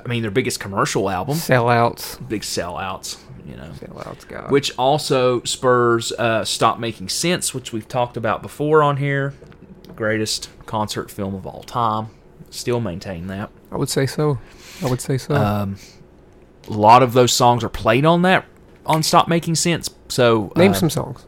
Speaker 1: I mean, their biggest commercial album,
Speaker 2: Sellouts.
Speaker 1: big sellouts. You know,
Speaker 2: Sellouts. God.
Speaker 1: which also spurs uh, Stop Making Sense, which we've talked about before on here. Greatest concert film of all time. Still maintain that.
Speaker 2: I would say so. I would say so.
Speaker 1: Um, a lot of those songs are played on that on Stop Making Sense. So uh,
Speaker 2: Name some songs.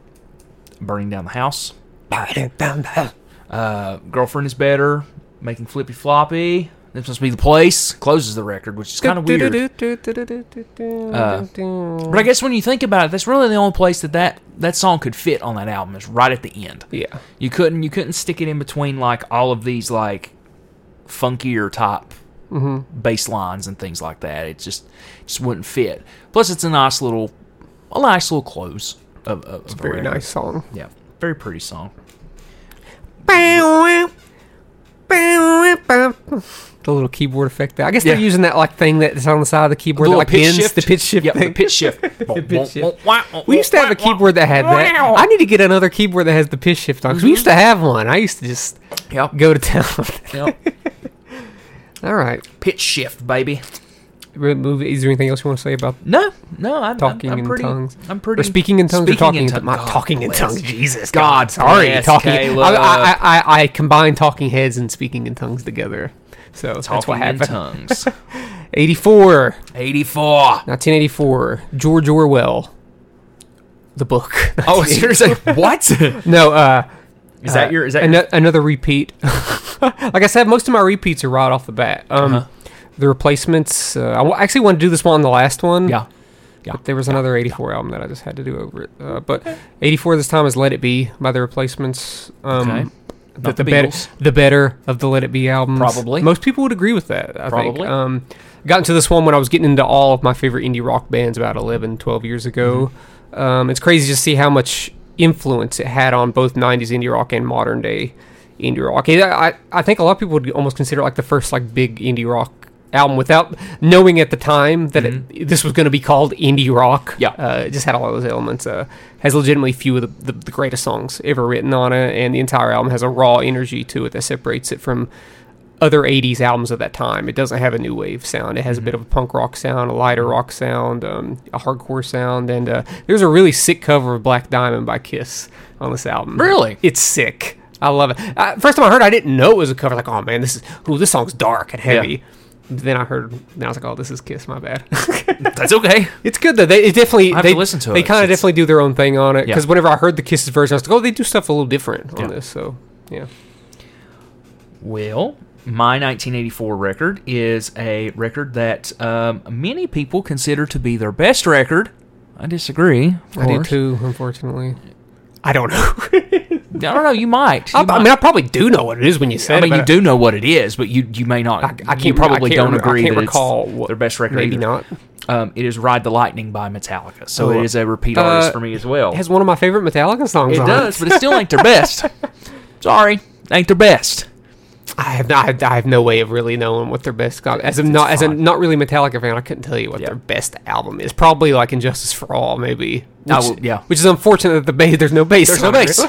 Speaker 1: Burning Down the House,
Speaker 2: That's
Speaker 1: uh, Girlfriend is Better, Making Flippy Floppy. This must be the place. Closes the record, which is kind of weird. Uh, But I guess when you think about it, that's really the only place that, that that song could fit on that album is right at the end.
Speaker 2: yeah.
Speaker 1: You couldn't you couldn't stick it in between like all of these like funkier top
Speaker 2: Mm-hmm.
Speaker 1: bass lines and things like that. It just just wouldn't fit. Plus, it's a nice little a nice little close. Of, of, of a
Speaker 2: Very
Speaker 1: record.
Speaker 2: nice song.
Speaker 1: Yeah, very pretty song.
Speaker 2: The little keyboard effect there. I guess they're
Speaker 1: Yeah.
Speaker 2: using that like thing that's on the side of the keyboard that
Speaker 1: little
Speaker 2: like bends the pitch shift
Speaker 1: Yeah, the
Speaker 2: thing.
Speaker 1: pitch shift. the
Speaker 2: shift. We used to have a keyboard that had that. I need to get another keyboard that has the pitch shift on 'cause we used
Speaker 1: Mm-hmm.
Speaker 2: to have one. I used to just
Speaker 1: Yep.
Speaker 2: go to town. with it.
Speaker 1: Yep.
Speaker 2: All right.
Speaker 1: Pitch shift, baby.
Speaker 2: Re- move- Is there anything else you want to say about
Speaker 1: No, no, I'm
Speaker 2: talking
Speaker 1: I'm, I'm
Speaker 2: in
Speaker 1: pretty,
Speaker 2: tongues?
Speaker 1: I'm pretty.
Speaker 2: Or speaking in tongues
Speaker 1: speaking
Speaker 2: or talking in
Speaker 1: tongue-
Speaker 2: tongues? Not
Speaker 1: God
Speaker 2: talking in
Speaker 1: bless.
Speaker 2: tongues. Jesus.
Speaker 1: God
Speaker 2: sorry.
Speaker 1: bless,
Speaker 2: talking. I,
Speaker 1: Caleb.
Speaker 2: I, I, I combine talking heads and speaking in tongues together. So that's
Speaker 1: Talking
Speaker 2: what
Speaker 1: in
Speaker 2: happened.
Speaker 1: tongues.
Speaker 2: 84.
Speaker 1: Eighty-four.
Speaker 2: 1984, George Orwell, the book.
Speaker 1: Oh, seriously? what? Is
Speaker 2: no, uh,
Speaker 1: that your? Is that
Speaker 2: ano-
Speaker 1: your,
Speaker 2: another repeat? like I said, most of my repeats are right off the bat. Um,
Speaker 1: Uh-huh.
Speaker 2: The replacements. Uh, I w- actually wanted to do this one on the last one.
Speaker 1: yeah? Yeah.
Speaker 2: But there was another 84 album that I just had to do over it. Uh, but 84 this time is Let It Be by The Replacements. Um,
Speaker 1: Okay. Not
Speaker 2: that
Speaker 1: the
Speaker 2: the, better
Speaker 1: Beatles.
Speaker 2: the better of the Let It Be albums.
Speaker 1: Probably.
Speaker 2: most people would agree with that. I
Speaker 1: Probably.
Speaker 2: think. Um, got into this one when I was getting into all of my favorite indie rock bands about 11, 12 years ago. Um, it's crazy to see how much influence it had on both '90s indie rock and modern day indie rock. And I I think a lot of people would almost consider it like the first like big indie rock album without knowing at the time that it, this was going to be called indie rock
Speaker 1: Yeah.
Speaker 2: uh, it just had all those elements. Uh, has legitimately few of the, the, the greatest songs ever written on it, and the entire album has a raw energy to it that separates it from other 80s albums of that time. It doesn't have a new wave sound. It has a bit of a punk rock sound, a lighter rock sound, um, a hardcore sound, and uh, there's a really sick cover of Black Diamond by Kiss on this album.
Speaker 1: Really?
Speaker 2: It's sick. I love it. Uh, first time I heard, it, I didn't know it was a cover. Like, oh man, this is ooh, this song's dark and heavy. Then I heard, and I was like, oh, this is Kiss. My bad.
Speaker 1: That's okay.
Speaker 2: It's good though. They it definitely
Speaker 1: I have
Speaker 2: they
Speaker 1: to listen to
Speaker 2: They
Speaker 1: it.
Speaker 2: kind
Speaker 1: It's-
Speaker 2: of definitely do their own thing on it
Speaker 1: Yeah.
Speaker 2: because whenever I heard the Kisses version, I was like, oh, they do stuff a little different on
Speaker 1: Yeah.
Speaker 2: this. So yeah,
Speaker 1: Well, my 1984 record is a record that um, many people consider to be their best record. I disagree. of
Speaker 2: I do
Speaker 1: course.
Speaker 2: too. Unfortunately, I don't know.
Speaker 1: I don't know. You might. You
Speaker 2: I, I mean, I probably do know what it is when you say.
Speaker 1: I
Speaker 2: it,
Speaker 1: mean, you
Speaker 2: but
Speaker 1: do know what it is, but you you may not.
Speaker 2: I- I can't
Speaker 1: you
Speaker 2: remember- I
Speaker 1: probably
Speaker 2: can't
Speaker 1: don't
Speaker 2: remember- I
Speaker 1: agree
Speaker 2: can't
Speaker 1: that
Speaker 2: recall
Speaker 1: it's
Speaker 2: what-
Speaker 1: their best record.
Speaker 2: Maybe
Speaker 1: either.
Speaker 2: not.
Speaker 1: Um, it is "Ride the Lightning" by Metallica, so
Speaker 2: Oh.
Speaker 1: it is a repeat
Speaker 2: Uh,
Speaker 1: artist for me as well.
Speaker 2: It has one of my favorite Metallica songs.
Speaker 1: It
Speaker 2: on
Speaker 1: does, but it still ain't their best. Sorry, ain't their best.
Speaker 2: I have not, I have no way of really knowing what their best got. As a
Speaker 1: It's
Speaker 2: not as a
Speaker 1: fine.
Speaker 2: not really Metallica fan, I couldn't tell you what
Speaker 1: Yeah.
Speaker 2: their best album is. Probably like Injustice for All, maybe. Which,
Speaker 1: I would- yeah.
Speaker 2: which is unfortunate that the bass there's no bass.
Speaker 1: There's no
Speaker 2: on it.
Speaker 1: bass.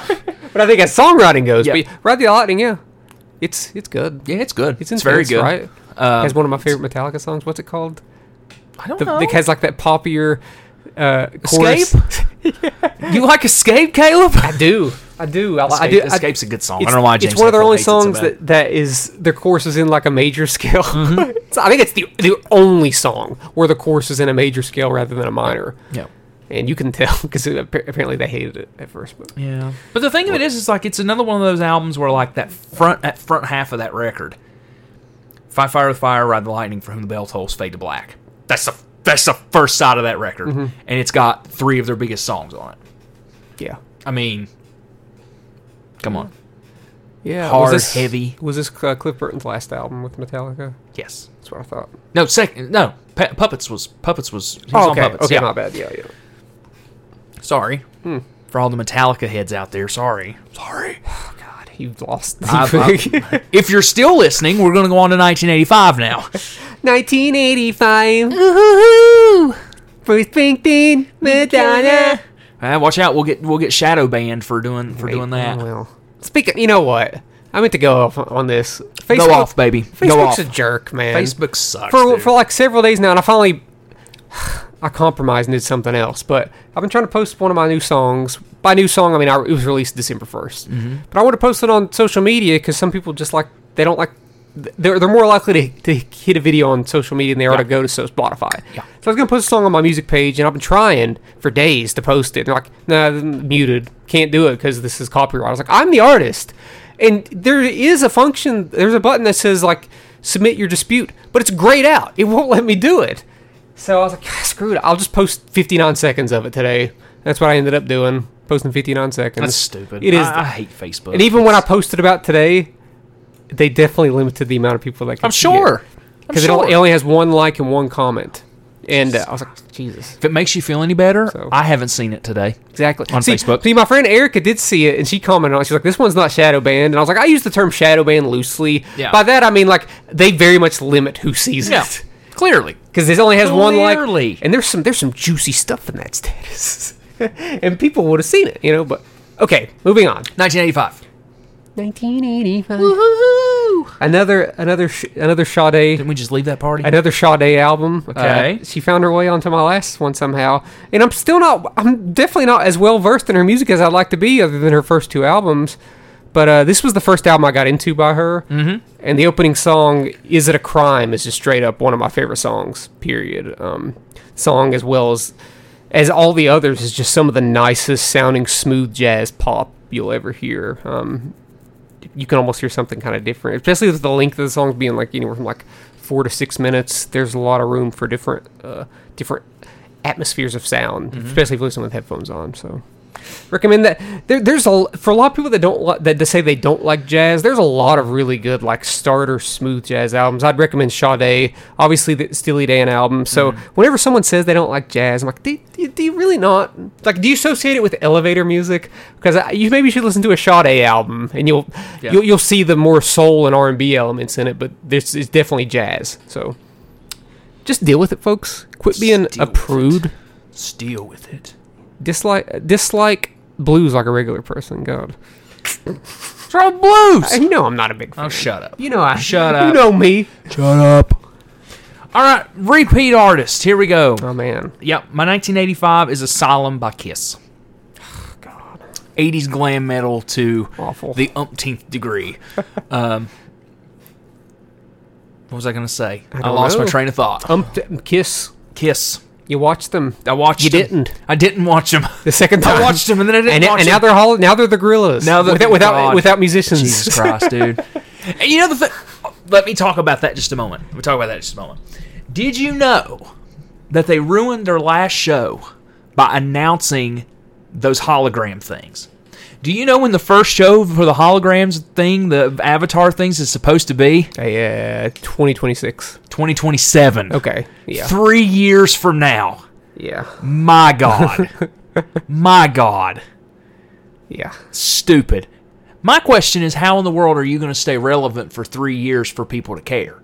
Speaker 2: but I think as songwriting goes,
Speaker 1: Yeah.
Speaker 2: but Ride the Lightning, yeah, it's it's good.
Speaker 1: Yeah, it's good.
Speaker 2: It's
Speaker 1: It's,
Speaker 2: intense,
Speaker 1: very good.
Speaker 2: right?
Speaker 1: Um,
Speaker 2: has one of my favorite Metallica songs. What's it called?
Speaker 1: I don't
Speaker 2: The,
Speaker 1: know.
Speaker 2: It has like that poppier uh, chorus.
Speaker 1: Escape? you like Escape, Caleb?
Speaker 2: I do. I do. I, li- I
Speaker 1: Escape,
Speaker 2: do. I-
Speaker 1: Escape's a good song. I
Speaker 2: It's,
Speaker 1: don't know why
Speaker 2: it's
Speaker 1: James
Speaker 2: one of their
Speaker 1: Hetfield
Speaker 2: only
Speaker 1: hates it so
Speaker 2: songs
Speaker 1: bad.
Speaker 2: that, that is their course is in like a major scale.
Speaker 1: Mm-hmm.
Speaker 2: It's- I think it's the the only song where the course is in a major scale rather than a minor,
Speaker 1: Yeah.
Speaker 2: and you can tell because apparently they hated it at first. But
Speaker 1: Yeah. But the thing of it is, is like it's another one of those albums where like that front that front half of that record, "Fight Fire with Fire, Ride the Lightning, For Whom the Bell Tolls, Fade to Black." That's the that's the first side of that record,
Speaker 2: Mm-hmm.
Speaker 1: and it's got three of their biggest songs on it.
Speaker 2: yeah,
Speaker 1: I mean, come on.
Speaker 2: yeah,
Speaker 1: Hard, heavy.
Speaker 2: Was this uh, Cliff Burton's last album with Metallica?
Speaker 1: Yes.
Speaker 2: That's what I thought.
Speaker 1: No. Second. No. Pu- Puppets was Puppets was. He was
Speaker 2: Oh,
Speaker 1: on
Speaker 2: okay,
Speaker 1: Puppets,
Speaker 2: okay,
Speaker 1: yeah.
Speaker 2: my Hmm. bad. Yeah, yeah.
Speaker 1: Sorry. For all the Metallica heads out there, sorry. Sorry.
Speaker 2: Oh God, you've lost.
Speaker 1: I've- I've- if you're still listening, we're going to go on to 1985 now.
Speaker 2: 1985. Bruce Springsteen, Madonna.
Speaker 1: Uh, watch out, we'll get we'll get shadow banned for doing for doing that.
Speaker 2: Oh, well. Speaking, you know what? I meant to go off on this. Facebook,
Speaker 1: Go off, baby.
Speaker 2: Facebook's
Speaker 1: go off.
Speaker 2: a jerk, man.
Speaker 1: Facebook sucks.
Speaker 2: for
Speaker 1: dude.
Speaker 2: for like several days now, and I finally I compromised and did something else. But I've been trying to post one of my new songs. By new song, I mean I, it was released December 1st
Speaker 1: Mm-hmm.
Speaker 2: But I want to post it on social media because some people just like they don't like. They're, they're more likely to, to hit a video on social media than they are to
Speaker 1: Yeah.
Speaker 2: go to so Spotify.
Speaker 1: Yeah.
Speaker 2: So I was gonna post a song on my music page, and I've been trying for days to post it. And they're like, nah, this is muted, can't do it because this is copyright. I was like, I'm the artist, and there is a function. There's a button that says like submit your dispute, but it's grayed out. It won't let me do it. So I was like, "Ah, screw it. I'll just post 59 seconds of it today. That's what I ended up doing, posting 59 seconds.
Speaker 1: that's stupid.
Speaker 2: It is.
Speaker 1: I, I hate Facebook.
Speaker 2: and even when I posted about today, they definitely limited the amount of people that could
Speaker 1: I'm sure. I'm
Speaker 2: Because
Speaker 1: sure.
Speaker 2: it only has one like and one comment. And uh, I was like, Jesus.
Speaker 1: if it makes you feel any better,
Speaker 2: So.
Speaker 1: I haven't seen it today.
Speaker 2: Exactly.
Speaker 1: On
Speaker 2: see,
Speaker 1: Facebook.
Speaker 2: See, my friend Erica did see it, and she commented on it. She's like, "This one's not shadow banned," and I was like, "I use the term shadow ban loosely.
Speaker 1: Yeah.
Speaker 2: By that, I mean like they very much limit who sees
Speaker 1: Yeah,
Speaker 2: it
Speaker 1: clearly.
Speaker 2: because it only has one
Speaker 1: Clearly.
Speaker 2: like, and there's some there's some juicy stuff in that status, and people would have seen it, you know. But okay, moving on.
Speaker 1: 1985.
Speaker 2: 1985.
Speaker 1: Woohoo!
Speaker 2: Another another sh- another Sade
Speaker 1: Didn't we just leave that party?
Speaker 2: another Sade album. Uh,
Speaker 1: Okay.
Speaker 2: She found her way onto my last one somehow, and I'm still not. I'm definitely not as well versed in her music as I'd like to be, other than her first two albums. But uh, this was the first album I got into by her, mm-hmm. and the opening song "Is It a Crime" is just straight up one of my favorite songs. Period. Um, song as well as as all the others is just some of the nicest sounding smooth jazz pop you'll ever hear. Um, you can almost hear something kind of different, especially with the length of the songs being like anywhere from like four to six minutes. There's a lot of room for different uh, different atmospheres of sound, especially if you listen with headphones on. So recommend that. There, there's a for a lot of people that don't li- that to say they don't like jazz. There's a lot of really good like starter smooth jazz albums. I'd recommend Sade, obviously the Steely Dan album.
Speaker 1: Mm-hmm.
Speaker 2: So whenever someone says they don't like jazz, I'm like, do, do, do you really not? Like, do you associate it with elevator music? Because I- you maybe should listen to a Sade album, and you'll
Speaker 1: Yeah.
Speaker 2: you'll, you'll see the more soul and R and B elements in it. But this is definitely jazz. So just deal with it, folks. Quit being
Speaker 1: Just deal
Speaker 2: a
Speaker 1: with it.
Speaker 2: prude
Speaker 1: Just deal with it.
Speaker 2: dislike dislike blues like a regular person. God,
Speaker 1: Throw blues.
Speaker 2: Uh, you know I'm not a big fan.
Speaker 1: oh, shut up.
Speaker 2: you know I
Speaker 1: Shut
Speaker 2: You
Speaker 1: up.
Speaker 2: know me.
Speaker 1: Shut up. All right, repeat artist. Here we go.
Speaker 2: Oh man,
Speaker 1: Yep, my 1985 is Asylum by Kiss. 80s glam metal to
Speaker 2: awful.
Speaker 1: the umpteenth degree. um, what was I going to say? I,
Speaker 2: don't
Speaker 1: lost
Speaker 2: know.
Speaker 1: my train of thought.
Speaker 2: um, t- Kiss.
Speaker 1: Kiss.
Speaker 2: You watched them
Speaker 1: I watched.
Speaker 2: You
Speaker 1: them.
Speaker 2: didn't.
Speaker 1: I didn't watch them.
Speaker 2: the second time.
Speaker 1: I watched them and then I didn't
Speaker 2: and,
Speaker 1: watch
Speaker 2: and now
Speaker 1: them.
Speaker 2: they're hol- now they're the gorillas.
Speaker 1: Now they're-
Speaker 2: without without,
Speaker 1: God.
Speaker 2: without musicians.
Speaker 1: Jesus Christ, dude. And you know the thing. Let me talk about that just a moment. We'll talk about that just a moment. Did you know that they ruined their last show by announcing those hologram things? Do you know when the first show for the holograms thing, the avatar things, is supposed to be?
Speaker 2: Hey, uh, 2026.
Speaker 1: 2027.
Speaker 2: Okay. Yeah.
Speaker 1: Three years from now.
Speaker 2: Yeah.
Speaker 1: My God. My God.
Speaker 2: Yeah.
Speaker 1: Stupid. My question is how in the world are you going to stay relevant for three years for people to care?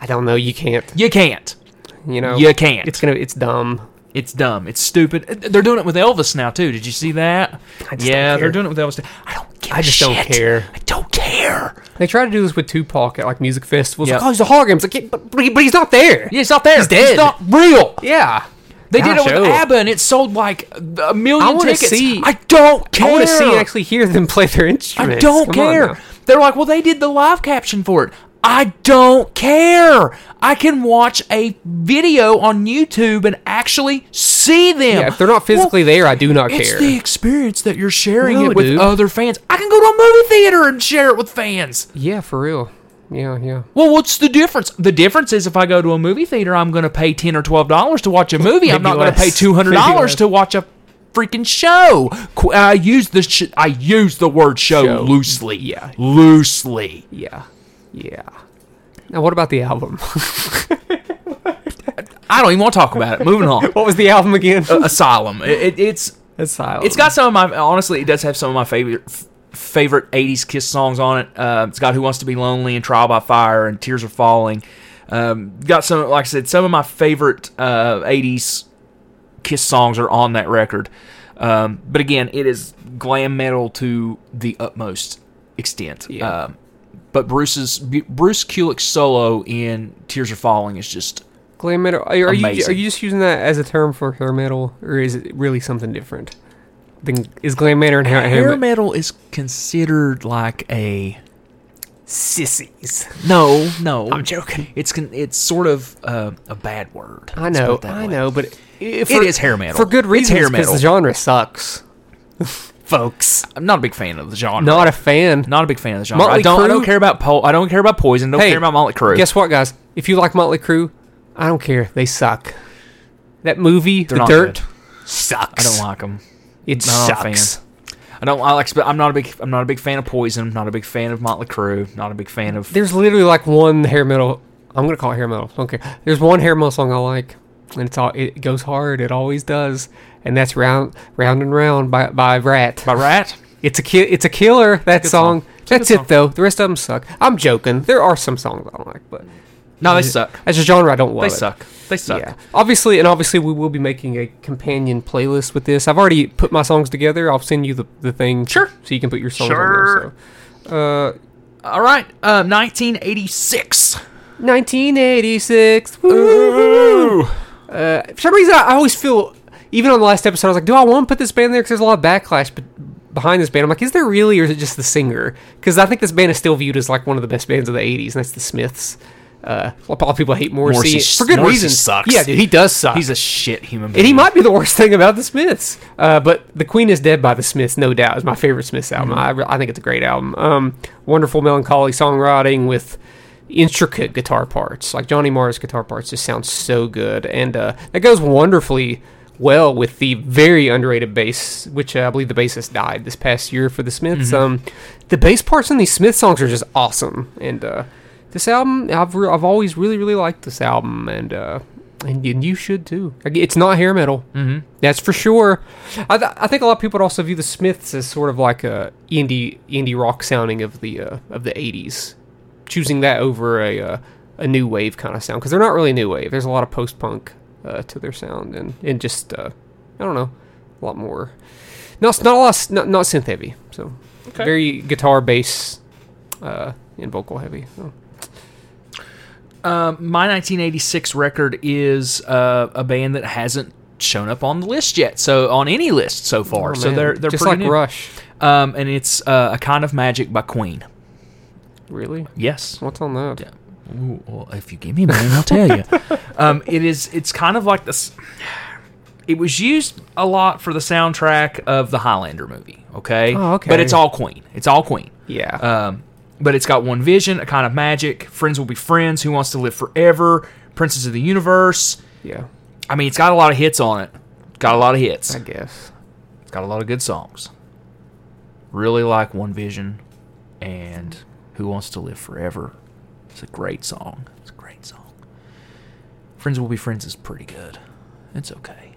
Speaker 2: I don't know. You can't.
Speaker 1: You can't.
Speaker 2: You know.
Speaker 1: You can't.
Speaker 2: It's gonna. It's dumb.
Speaker 1: It's dumb. It's stupid. Uh, They're doing it with Elvis now too. Did you see that?
Speaker 2: I just
Speaker 1: yeah,
Speaker 2: don't care.
Speaker 1: they're doing it with Elvis. Too. I don't give
Speaker 2: I
Speaker 1: a
Speaker 2: just don't
Speaker 1: shit.
Speaker 2: care.
Speaker 1: I don't care.
Speaker 2: They try to do this with Tupac at like music festivals.
Speaker 1: Yeah.
Speaker 2: Like, oh, he's a hologram. It's like, yeah, but, but, he, but he's not there.
Speaker 1: Yeah, it's not there. He's
Speaker 2: dead.
Speaker 1: It's not real.
Speaker 2: Yeah.
Speaker 1: They did it
Speaker 2: Gosh,
Speaker 1: with
Speaker 2: oh.
Speaker 1: ABBA, and it sold like a
Speaker 2: I
Speaker 1: million
Speaker 2: wanna
Speaker 1: tickets.
Speaker 2: see-
Speaker 1: I don't care.
Speaker 2: I want to see and actually hear them play their
Speaker 1: I
Speaker 2: instruments.
Speaker 1: don't
Speaker 2: Come on
Speaker 1: care.
Speaker 2: now.
Speaker 1: They're like, well, they did the live caption for it. I don't care. I can watch a video on YouTube and actually see them.
Speaker 2: Yeah, if they're not physically
Speaker 1: Well,
Speaker 2: there, I do not
Speaker 1: It's
Speaker 2: care.
Speaker 1: the experience that you're sharing
Speaker 2: No,
Speaker 1: it with
Speaker 2: dude.
Speaker 1: other fans. I can go to a movie theater and share it with fans.
Speaker 2: yeah, for real. Yeah, yeah.
Speaker 1: Well, what's the difference? The difference is if I go to a movie theater, I'm going to pay ten or twelve dollars to watch a movie. I'm not
Speaker 2: Maybe
Speaker 1: going to
Speaker 2: less.
Speaker 1: pay two hundred
Speaker 2: Maybe
Speaker 1: dollars
Speaker 2: less.
Speaker 1: to watch a freaking show. Qu- I use the sh- I use the word show,
Speaker 2: Show.
Speaker 1: loosely.
Speaker 2: Yeah.
Speaker 1: loosely.
Speaker 2: Yeah. Yeah. Now, what about the album?
Speaker 1: I don't even want to talk about it. Moving on.
Speaker 2: what was the album again?
Speaker 1: Asylum. It, it, it's
Speaker 2: Asylum.
Speaker 1: Uh, it's got some of my honestly it does have some of my favorite f- favorite 80s kiss songs on it uh, it's got who wants to be lonely and trial by fire and tears are falling um, got some like i said some of my favorite uh, 80s kiss songs are on that record um, but again it is glam metal to the utmost extent
Speaker 2: Yeah.
Speaker 1: um, but bruce's Bu- bruce kulick's solo in tears are falling is just
Speaker 2: glam metal. Are, are you
Speaker 1: Amazing.
Speaker 2: are you just using that as a term for hair metal, or is it really something different? Then is glam metal and hair, hair,
Speaker 1: hair
Speaker 2: metal
Speaker 1: metal is considered like a
Speaker 2: sissies?
Speaker 1: no no
Speaker 2: I'm joking.
Speaker 1: It's con- it's sort of uh, a bad word.
Speaker 2: I
Speaker 1: Let's put
Speaker 2: know,
Speaker 1: it that
Speaker 2: I
Speaker 1: way.
Speaker 2: know, but it, it
Speaker 1: It is hair metal.
Speaker 2: for good
Speaker 1: It's
Speaker 2: reason.
Speaker 1: hair
Speaker 2: because
Speaker 1: metal.
Speaker 2: the genre sucks, folks.
Speaker 1: I'm not a big fan of the genre.
Speaker 2: Not a fan.
Speaker 1: not a big fan of the genre. I
Speaker 2: Motley
Speaker 1: don't. I
Speaker 2: Crue?
Speaker 1: don't care about po- I don't care about Poison. Don't
Speaker 2: Hey,
Speaker 1: care about Motley Crue.
Speaker 2: Guess what, guys? If you like Motley Crue, I don't care. They suck. That movie,
Speaker 1: They're
Speaker 2: The
Speaker 1: not
Speaker 2: Dirt,
Speaker 1: good. I
Speaker 2: sucks.
Speaker 1: don't like them.
Speaker 2: it.
Speaker 1: I'm not a fan.
Speaker 2: sucks.
Speaker 1: I don't. I like. sp- I'm not a big. I'm not a big fan of Poison. I'm not a big fan of Motley Crue. Not a big fan of.
Speaker 2: There's literally like one hair metal. I'm gonna call it hair metal. Don't care. There's one hair metal song I like, and it's all it goes hard. It always does, and that's round, round and round by by Rat.
Speaker 1: By Rat.
Speaker 2: It's a ki- it's a killer. That
Speaker 1: good
Speaker 2: song.
Speaker 1: song. It's a
Speaker 2: That's
Speaker 1: good
Speaker 2: it
Speaker 1: song.
Speaker 2: though. The rest of them suck. I'm joking. There are some songs I don't like, but
Speaker 1: No, they suck.
Speaker 2: as a genre, I don't love
Speaker 1: They
Speaker 2: it.
Speaker 1: suck. They suck.
Speaker 2: Yeah. Obviously, and obviously, we will be making a companion playlist with this. I've already put my songs together. I'll send you the, the thing.
Speaker 1: Sure.
Speaker 2: So you can put your songs
Speaker 1: Sure.
Speaker 2: on there. So. Uh,
Speaker 1: All right. Uh, 1986.
Speaker 2: 1986. Woo! Uh, for some reason, I I always feel, even on the last episode, I was like, do I want to put this band there? Because there's a lot of backlash be- behind this band. I'm like, is there really, or is it just the singer? Because I think this band is still viewed as like one of the best bands of the 80s, and that's the Smiths. Uh, a lot of people hate Morrissey,
Speaker 1: Morrissey-
Speaker 2: for good
Speaker 1: Morrissey
Speaker 2: reason.
Speaker 1: sucks.
Speaker 2: Yeah, dude, he does suck.
Speaker 1: He's a shit human being.
Speaker 2: and he might be the worst thing about the Smiths. Uh, but The Queen is Dead by the Smiths, no doubt, is my favorite Smiths album. I, re- I think it's a great album. Um, wonderful melancholy songwriting with intricate guitar parts. Like Johnny Marr's guitar parts just sound so good. And uh, that goes wonderfully well with the very underrated bass, which uh, I believe the bassist died this past year for the Smiths. Um, the bass parts in these Smith songs are just awesome, and uh, this album I've re- I've always really really liked this album, and uh, and, and you should too. Like, It's not hair metal, mm-hmm. that's for sure. I, th- I think a lot of people would also view the Smiths as sort of like a indie indie rock sounding of the uh, of the '80s, choosing that over a uh, a new wave kind of sound because they're not really new wave. There's a lot of post punk uh, to their sound and and just uh, I don't know, a lot more. Not not a lot s- not, not synth heavy. So very guitar bass uh, and vocal heavy. So.
Speaker 1: Um, my 1986 record is uh, a band that hasn't shown up on the list yet, so on any list so far.
Speaker 2: Oh,
Speaker 1: so
Speaker 2: man.
Speaker 1: they're they're
Speaker 2: just
Speaker 1: pretty
Speaker 2: like
Speaker 1: new.
Speaker 2: Rush.
Speaker 1: Um, and it's uh, a kind of magic by Queen.
Speaker 2: Really?
Speaker 1: Yes.
Speaker 2: What's on that?
Speaker 1: Ooh, well, if you give me money, I'll tell you. um, it is. It's kind of like this. It was used a lot for the soundtrack of the Highlander movie. Okay.
Speaker 2: Oh, okay.
Speaker 1: But it's all Queen. It's all Queen.
Speaker 2: Yeah.
Speaker 1: Um, but it's got one vision, a kind of magic. Friends will be friends. Who wants to live forever? Princess of the universe.
Speaker 2: yeah.
Speaker 1: I mean, it's got a lot of hits on it. Got a lot of hits.
Speaker 2: I guess.
Speaker 1: It's got a lot of good songs. Really like One Vision and Who Wants to Live Forever. It's a great song. It's a great song. Friends Will Be Friends is pretty good. It's okay.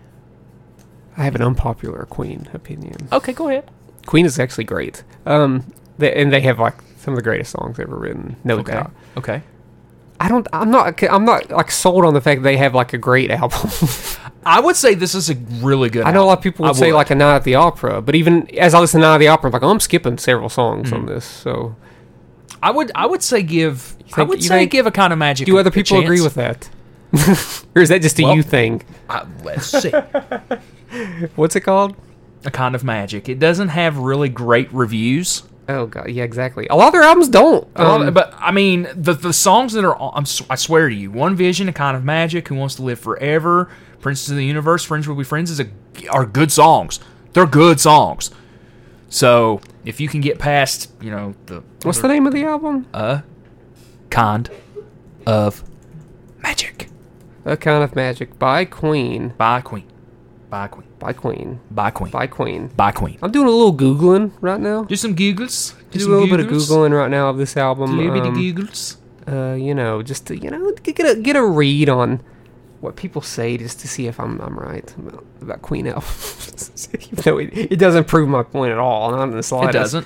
Speaker 2: I have an unpopular Queen opinion.
Speaker 1: Okay, go ahead.
Speaker 2: Queen is actually great. Um, they, and they have like some of the greatest songs ever written, no
Speaker 1: Okay.
Speaker 2: doubt.
Speaker 1: Okay.
Speaker 2: I don't. I'm not. I'm not like sold on the fact that they have like a great album.
Speaker 1: I would say this is a really good
Speaker 2: I know a lot
Speaker 1: album.
Speaker 2: of people
Speaker 1: I
Speaker 2: would say like a Night at the Opera, but even as I listen to Night at the Opera, I'm like oh, I'm skipping several songs
Speaker 1: Mm.
Speaker 2: on this. So
Speaker 1: I would I would say give I
Speaker 2: think-
Speaker 1: would
Speaker 2: you
Speaker 1: say
Speaker 2: think-
Speaker 1: give a kind of magic.
Speaker 2: do
Speaker 1: a-
Speaker 2: other
Speaker 1: a
Speaker 2: people agree
Speaker 1: chance.
Speaker 2: with that, or is that just a
Speaker 1: Well-
Speaker 2: you thing?
Speaker 1: I, uh, let's see.
Speaker 2: What's it called?
Speaker 1: a kind of magic. It doesn't have really great reviews.
Speaker 2: Oh god, yeah, exactly. A lot of their albums don't.
Speaker 1: A lot of-
Speaker 2: Um,
Speaker 1: but I mean, the the songs that are on, I'm, si swear to you, One Vision, A Kind of Magic, Who Wants to Live Forever, Princess of the Universe, Friends Will Be Friends is a, are good songs. They're good songs. So if you can get past, you know, the
Speaker 2: what's the name of the album?
Speaker 1: kind of magic
Speaker 2: a Kind of Magic by Queen.
Speaker 1: by Queen, by Queen,
Speaker 2: By Queen.
Speaker 1: by Queen,
Speaker 2: By Queen.
Speaker 1: by Queen.
Speaker 2: I'm doing a little googling right now.
Speaker 1: Do some googles.
Speaker 2: Just a little bit of googling right now of this
Speaker 1: A
Speaker 2: album.
Speaker 1: little bit of
Speaker 2: um,
Speaker 1: googles.
Speaker 2: uh, you know, just to, you know, g- get a get a read on what people say, just to see if I'm I'm right about, about Queen Elf. Even though it, it doesn't prove my point at all, not in the
Speaker 1: It
Speaker 2: slightest.
Speaker 1: doesn't.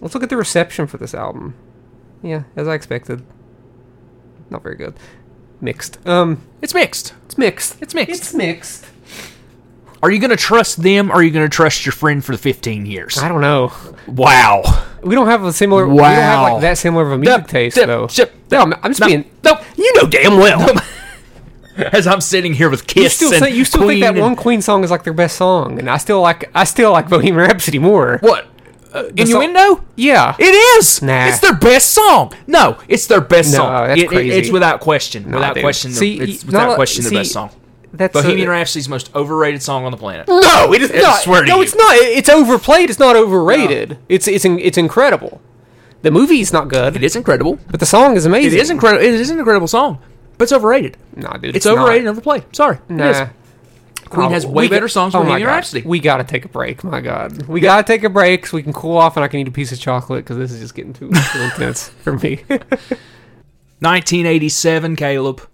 Speaker 2: Let's look at the reception for this album. Yeah, as I expected, not very good. Mixed. Um,
Speaker 1: It's mixed.
Speaker 2: it's mixed.
Speaker 1: It's mixed.
Speaker 2: It's mixed.
Speaker 1: Are you going to trust them or are you going to trust your friend for 15 years?
Speaker 2: I don't know.
Speaker 1: Wow.
Speaker 2: We don't have a similar. We don't have
Speaker 1: Wow.
Speaker 2: like that similar of a music
Speaker 1: Dup,
Speaker 2: taste
Speaker 1: dup,
Speaker 2: though.
Speaker 1: ship,
Speaker 2: no, I'm, I'm just
Speaker 1: Nope.
Speaker 2: being.
Speaker 1: Nope.
Speaker 2: You know damn well.
Speaker 1: As I'm sitting here with Kiss
Speaker 2: you still
Speaker 1: and
Speaker 2: say, you still
Speaker 1: Queen
Speaker 2: think that
Speaker 1: and-
Speaker 2: one Queen song is like their best song, and I still like I still like Bohemian Rhapsody more.
Speaker 1: what uh,
Speaker 2: song-
Speaker 1: innuendo?
Speaker 2: Yeah,
Speaker 1: It is.
Speaker 2: Nah.
Speaker 1: It's their best song. No, it's their best
Speaker 2: No,
Speaker 1: song.
Speaker 2: that's
Speaker 1: It- it-
Speaker 2: crazy.
Speaker 1: it's without question.
Speaker 2: Nah,
Speaker 1: without
Speaker 2: dude.
Speaker 1: question. the-
Speaker 2: See,
Speaker 1: it's
Speaker 2: y-
Speaker 1: without
Speaker 2: not-
Speaker 1: question
Speaker 2: see,
Speaker 1: the best song.
Speaker 2: that's
Speaker 1: Bohemian
Speaker 2: a,
Speaker 1: Rhapsody's most overrated song on the planet.
Speaker 2: No, it is
Speaker 1: I
Speaker 2: not.
Speaker 1: swear to
Speaker 2: no,
Speaker 1: you.
Speaker 2: it's not. It- It's overplayed. It's not overrated. It's it's in- it's incredible. The movie's not good,
Speaker 1: It is incredible.
Speaker 2: but the song is
Speaker 1: It
Speaker 2: amazing.
Speaker 1: is incredible. It is an incredible song, but it's overrated.
Speaker 2: Nah, dude,
Speaker 1: It's,
Speaker 2: it's not.
Speaker 1: overrated and overplayed. Sorry.
Speaker 2: Nah.
Speaker 1: It is. Queen has way
Speaker 2: we
Speaker 1: better
Speaker 2: got-
Speaker 1: songs than
Speaker 2: my
Speaker 1: Bohemian
Speaker 2: God.
Speaker 1: Rhapsody.
Speaker 2: We gotta take a break. My God, we gotta take a break so we can cool off, and I can eat a piece of chocolate because this is just getting too, too intense for me.
Speaker 1: Uh, 1987, Caleb.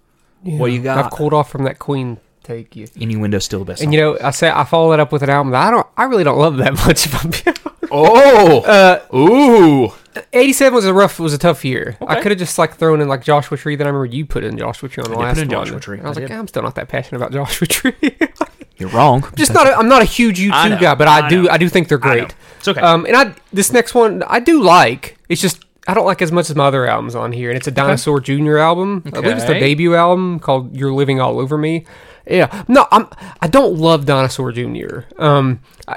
Speaker 1: What do you got?
Speaker 2: I've cooled off from that Queen take you.
Speaker 1: Innuendo's still the best.
Speaker 2: And you know, I say I follow that up with an album that I don't, I really don't love that much. If I'm being honest.
Speaker 1: oh, ooh,
Speaker 2: '87 was a rough, was a tough year. I
Speaker 1: Okay.
Speaker 2: could have just like thrown in like Joshua Tree that I remember you put in Joshua Tree on the
Speaker 1: did put
Speaker 2: last
Speaker 1: in
Speaker 2: one.
Speaker 1: Joshua Tree.
Speaker 2: And I was
Speaker 1: I
Speaker 2: like,
Speaker 1: did.
Speaker 2: "Yeah, I'm still not that passionate about Joshua Tree.
Speaker 1: you're wrong.
Speaker 2: just not, a, I'm not a huge U2
Speaker 1: I know,
Speaker 2: guy, but I,
Speaker 1: I
Speaker 2: do,
Speaker 1: know.
Speaker 2: I do think they're
Speaker 1: I know.
Speaker 2: great.
Speaker 1: It's okay.
Speaker 2: Um, and I this next one I do like. It's just I don't like as much as my other albums on here, and it's a Dinosaur Junior album. I believe it's their
Speaker 1: Okay.
Speaker 2: debut album called "You're Living All Over Me." Yeah, no, I'm I don't love Dinosaur Junior. Um, I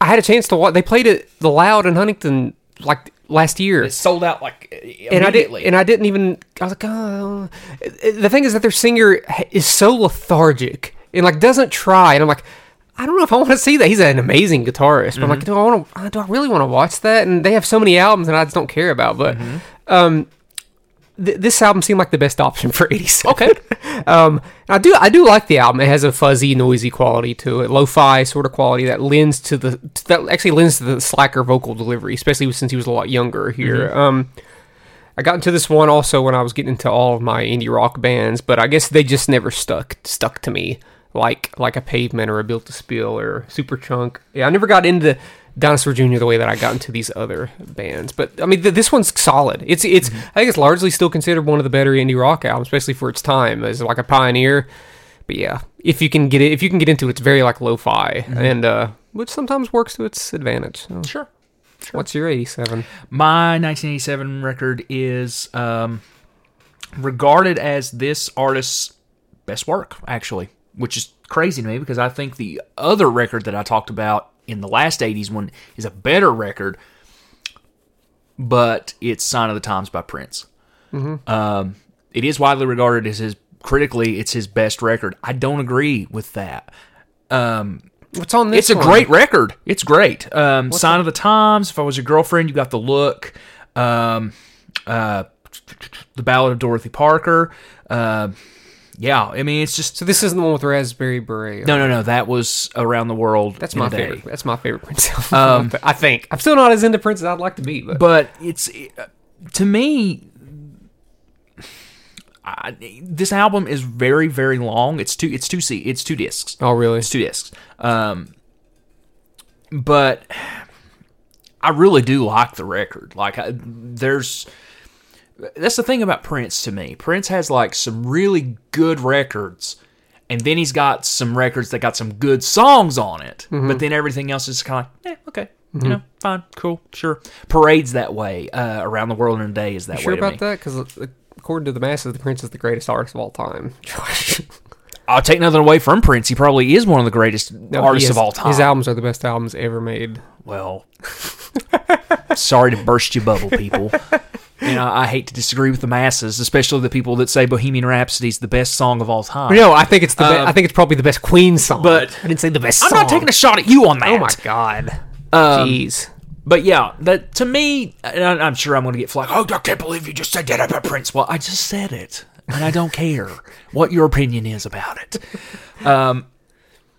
Speaker 2: I had a chance to watch. They played it the Loud in Huntington like last year.
Speaker 1: it sold out like
Speaker 2: and I did,
Speaker 1: immediately.
Speaker 2: and I didn't even. I was like, oh. The thing is that their singer is so lethargic and like doesn't try. And I'm like, I don't know if I want to see that. He's an amazing guitarist, but I'm
Speaker 1: Mm-hmm.
Speaker 2: like, do I want
Speaker 1: Mm-hmm.
Speaker 2: to? Do I really want to watch that? And they have so many albums, and I just don't care about. But um, th- this album seemed like the best option for 87.
Speaker 1: Okay.
Speaker 2: um, I do I do like the album. It has a fuzzy, noisy quality to it, lo-fi sort of quality that lends to the to- that actually lends to the slacker vocal delivery, especially since he was a lot younger here.
Speaker 1: Mm-hmm.
Speaker 2: Um, I got into this one also when I was getting into all of my indie rock bands, but I guess they just never stuck stuck to me like like a Pavement or a Built to Spill or Superchunk. Yeah, I never got into Dinosaur Jr. the way that I got into these other bands. But I mean, th- this one's solid. It's it's I think it's largely still considered one of the better indie rock albums, especially for its time as like a pioneer. But yeah, if you can get it, if you can get into it, it's very like lo-fi and uh, which sometimes works to its advantage. So,
Speaker 1: Sure.
Speaker 2: What's your eighty-seven?
Speaker 1: My 1987 record is um, regarded as this artist's best work, actually, which is crazy to me because I think the other record that I talked about in the last 80s one is a better record, but it's Sign of the Times by Prince. Um, it is widely regarded as his, critically, it's his best record. I don't agree with that. Um,
Speaker 2: What's on
Speaker 1: it's
Speaker 2: this?
Speaker 1: a
Speaker 2: one?
Speaker 1: great record. It's great. Um, Sign of the Times. If I was your girlfriend, you got the look. Um, uh, the Ballad of Dorothy Parker. Uh, yeah, I mean, it's just
Speaker 2: So this isn't the one with Raspberry Beret.
Speaker 1: no, no, no. That was around the world.
Speaker 2: That's
Speaker 1: in
Speaker 2: my
Speaker 1: a day.
Speaker 2: favorite. That's my favorite Prince album. I think I'm still not as into Prince as I'd like to be, Um, but,
Speaker 1: But it's uh, to me. I, this album is very, very long. It's two. It's two. C. It's two discs.
Speaker 2: oh really?
Speaker 1: It's two discs. Um, but I really do like the record. Like, I, there's that's the thing about Prince to me. Prince has like some really good records, and then he's got some records that got some good songs on it.
Speaker 2: Mm-hmm.
Speaker 1: But then everything else is kind of like, eh, okay, you know, fine, cool, sure. Parades that way. Uh, Around the world in a day is that
Speaker 2: Sure
Speaker 1: way. to
Speaker 2: about
Speaker 1: me.
Speaker 2: that? Because according to the masses, the Prince is the greatest artist of all time.
Speaker 1: I'll take nothing away from Prince. He probably is one of the greatest artists
Speaker 2: He
Speaker 1: of
Speaker 2: is-
Speaker 1: all time.
Speaker 2: His albums are the best albums ever made.
Speaker 1: Well, sorry to burst your bubble, people. You know, I hate to disagree with the masses, especially the people that say Bohemian Rhapsody is the best song of all time.
Speaker 2: No, I think it's the. be-
Speaker 1: Um,
Speaker 2: I think it's probably the best Queen song.
Speaker 1: but-
Speaker 2: I didn't say the best.
Speaker 1: I'm
Speaker 2: song.
Speaker 1: not taking a shot at you on that.
Speaker 2: Oh my god. Jeez.
Speaker 1: But yeah, that to me, and I- I'm sure I'm going to get flack. Oh, I can't believe you just said that about Prince. Well, I just said it, and I don't care what your opinion is about it. Um,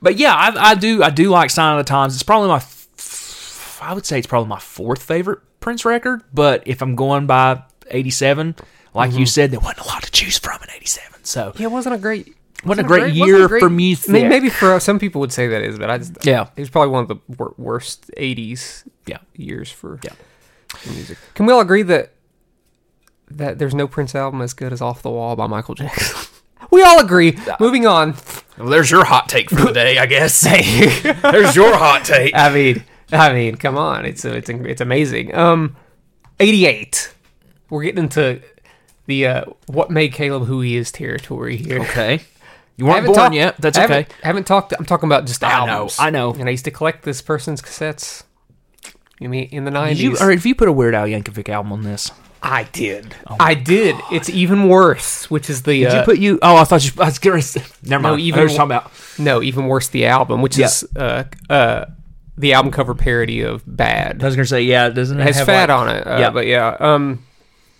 Speaker 1: but yeah, I, I do. I do like Sign of the Times. It's probably my. f- I would say it's probably my fourth favorite Prince record. But if I'm going by '87, like you said, there wasn't a lot to choose from in '87. So
Speaker 2: Yeah, it wasn't a great.
Speaker 1: wasn't a
Speaker 2: wasn't
Speaker 1: great
Speaker 2: wasn't
Speaker 1: year
Speaker 2: a
Speaker 1: for music.
Speaker 2: May- Maybe for uh, some people would say that is, but I just
Speaker 1: Yeah.
Speaker 2: it was probably one of the wor- worst '80s
Speaker 1: yeah,
Speaker 2: years for
Speaker 1: Yeah.
Speaker 2: music. Can we all agree that that there's no Prince album as good as Off the Wall by Michael Jackson? we all agree. Moving on.
Speaker 1: well, there's your hot take for the day, I guess. there's your hot take.
Speaker 2: I mean, I mean, come on, it's it's it's amazing. Um, eighty eight. We're getting into the uh, what made Caleb who he is territory here.
Speaker 1: Okay. You
Speaker 2: I
Speaker 1: weren't
Speaker 2: haven't
Speaker 1: born
Speaker 2: talked-
Speaker 1: yet. That's
Speaker 2: I
Speaker 1: okay.
Speaker 2: Haven't, I haven't talked. I'm talking about just
Speaker 1: I know,
Speaker 2: albums.
Speaker 1: I know.
Speaker 2: And I used to collect this person's cassettes. You mean in the
Speaker 1: Did you
Speaker 2: nineties?
Speaker 1: or if you put a Weird Al Yankovic album on this,
Speaker 2: I did. I did. It's even worse, which is the
Speaker 1: did
Speaker 2: uh,
Speaker 1: you put you? Oh, I thought you. I was gonna. say- Never mind.
Speaker 2: even
Speaker 1: I was talking
Speaker 2: wo-
Speaker 1: about.
Speaker 2: no, even worse the album, which
Speaker 1: Yeah.
Speaker 2: is uh uh the album cover parody of Bad.
Speaker 1: I was gonna say yeah. Doesn't it
Speaker 2: has
Speaker 1: have
Speaker 2: fat
Speaker 1: like-
Speaker 2: on it. Uh,
Speaker 1: yeah.
Speaker 2: but yeah, um,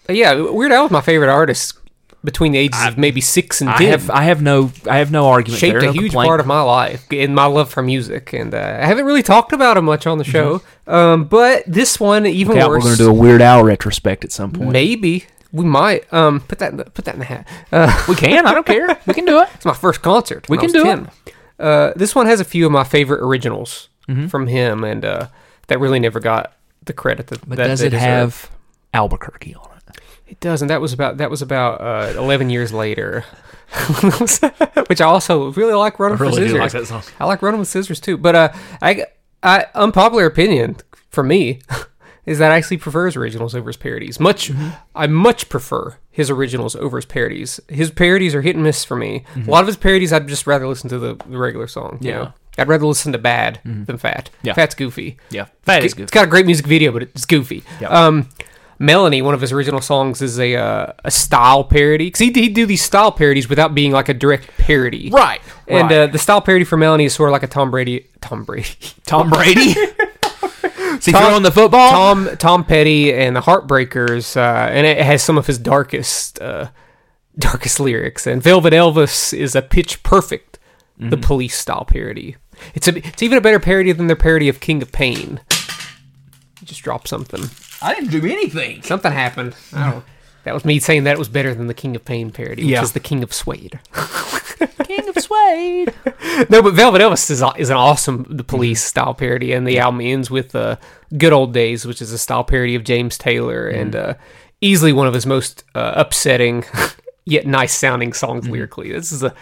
Speaker 2: but yeah. Weird Al was my favorite artist between the ages of maybe six and
Speaker 1: I
Speaker 2: ten.
Speaker 1: have. I have no. I have no argument.
Speaker 2: shaped
Speaker 1: there, no
Speaker 2: a huge
Speaker 1: complaint.
Speaker 2: part of my life and my love for music, and uh, I haven't really talked about him much on the show. Um, but this one even
Speaker 1: Yeah, we're
Speaker 2: worse.
Speaker 1: Mm-hmm. gonna do a Weird Al retrospect at some point.
Speaker 2: maybe we might um put that in the, put that in the hat. Uh,
Speaker 1: We can. I don't care. We can do it.
Speaker 2: It's my first concert.
Speaker 1: We
Speaker 2: when
Speaker 1: can
Speaker 2: I
Speaker 1: do
Speaker 2: was 10. Uh, this one has a few of my favorite originals
Speaker 1: Mm-hmm.
Speaker 2: from him, and uh, that really never got the credit that.
Speaker 1: But
Speaker 2: that
Speaker 1: does
Speaker 2: they
Speaker 1: it
Speaker 2: deserve.
Speaker 1: have Albuquerque on it?
Speaker 2: It does, and that was about that was about uh, eleven years later, which I also really like running for scissors.
Speaker 1: song.
Speaker 2: I like running with scissors too, but uh, I, I unpopular opinion for me is that I actually prefer his originals over his parodies. Much,
Speaker 1: Mm-hmm.
Speaker 2: I much prefer his originals over his parodies. His parodies are hit and miss for me. A lot of his parodies, I'd just rather listen to the, the regular song. you
Speaker 1: Mm-hmm. Yeah. Mm-hmm.
Speaker 2: know? I'd rather listen to Bad than Fat.
Speaker 1: Yeah.
Speaker 2: Fat's goofy.
Speaker 1: Yeah, that is good.
Speaker 2: It's got a great music video, but it's goofy.
Speaker 1: Yeah.
Speaker 2: Um, Melanie, one of his original songs, is a uh, a style parody because he'd, he'd do these style parodies without being like a direct parody,
Speaker 1: Right, right.
Speaker 2: And Uh, the style parody for Melanie is sort of like a Tom Brady, Tom Brady,
Speaker 1: Tom Brady. See,
Speaker 2: Tom-
Speaker 1: throwing the football.
Speaker 2: Tom Tom Petty and the Heartbreakers, uh, and it has some of his darkest uh, darkest lyrics. And Velvet Elvis is a pitch perfect,
Speaker 1: Mm-hmm.
Speaker 2: the police style parody. It's a it's even a better parody than their parody of King of Pain. Just drop something.
Speaker 1: I didn't do anything.
Speaker 2: Something happened. I don't. That was me saying that was better than the King of Pain parody, which
Speaker 1: Yeah.
Speaker 2: is the King of Suede.
Speaker 1: King of Suede.
Speaker 2: no, but Velvet Elvis is, is an awesome
Speaker 1: Mm-hmm.
Speaker 2: the police style parody, and the album ends with uh, "Good Old Days," which is a style parody of James Taylor,
Speaker 1: Mm-hmm.
Speaker 2: and uh, easily one of his most uh, upsetting yet nice sounding
Speaker 1: Mm-hmm.
Speaker 2: songs lyrically. This is a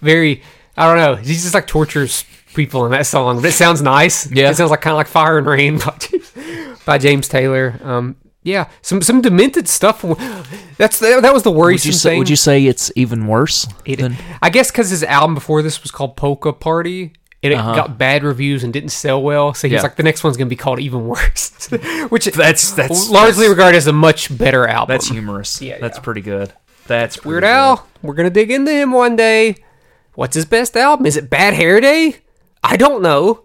Speaker 2: very I don't know. He just like tortures people in that song, but it sounds nice.
Speaker 1: Yeah.
Speaker 2: it sounds like kind of like Fire and Rain by, by James Taylor. Um, yeah, some some demented stuff. That's that, that was the
Speaker 1: Would
Speaker 2: worrisome
Speaker 1: you, say,
Speaker 2: thing.
Speaker 1: would you say it's even worse?
Speaker 2: It-
Speaker 1: than-
Speaker 2: I guess because his album before this was called Polka Party, and it got bad reviews and didn't sell well. So he's
Speaker 1: Uh-huh. Yeah.
Speaker 2: like, the next one's going to be called even worse, which
Speaker 1: That's- that's-
Speaker 2: largely
Speaker 1: that's-
Speaker 2: regarded as a much better album.
Speaker 1: that's humorous.
Speaker 2: Yeah,
Speaker 1: that's
Speaker 2: yeah.
Speaker 1: pretty good. That's pretty
Speaker 2: Weird
Speaker 1: good.
Speaker 2: Al. We're going to dig into him one day. What's his best album? Is it Bad Hair Day? I don't know.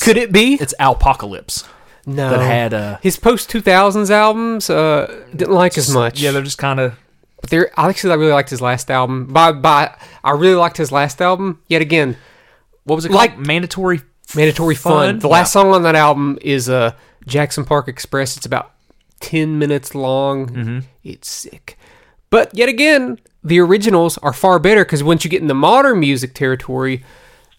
Speaker 2: Could it be?
Speaker 1: It's Alpocalypse.
Speaker 2: no.
Speaker 1: that had, uh,
Speaker 2: his post two thousands albums uh, didn't like as much.
Speaker 1: Yeah, they're just kind of.
Speaker 2: But there, I actually I really liked his last album. By by, I really liked his last album. Yet again,
Speaker 1: What was it
Speaker 2: Like-
Speaker 1: called? Mandatory.
Speaker 2: Mandatory fun.
Speaker 1: Fun?
Speaker 2: The last song on that album is uh, Jackson Park Express. It's about 10 minutes long.
Speaker 1: Mm-hmm.
Speaker 2: It's sick. But yet again, the originals are far better because once you get in the modern music territory,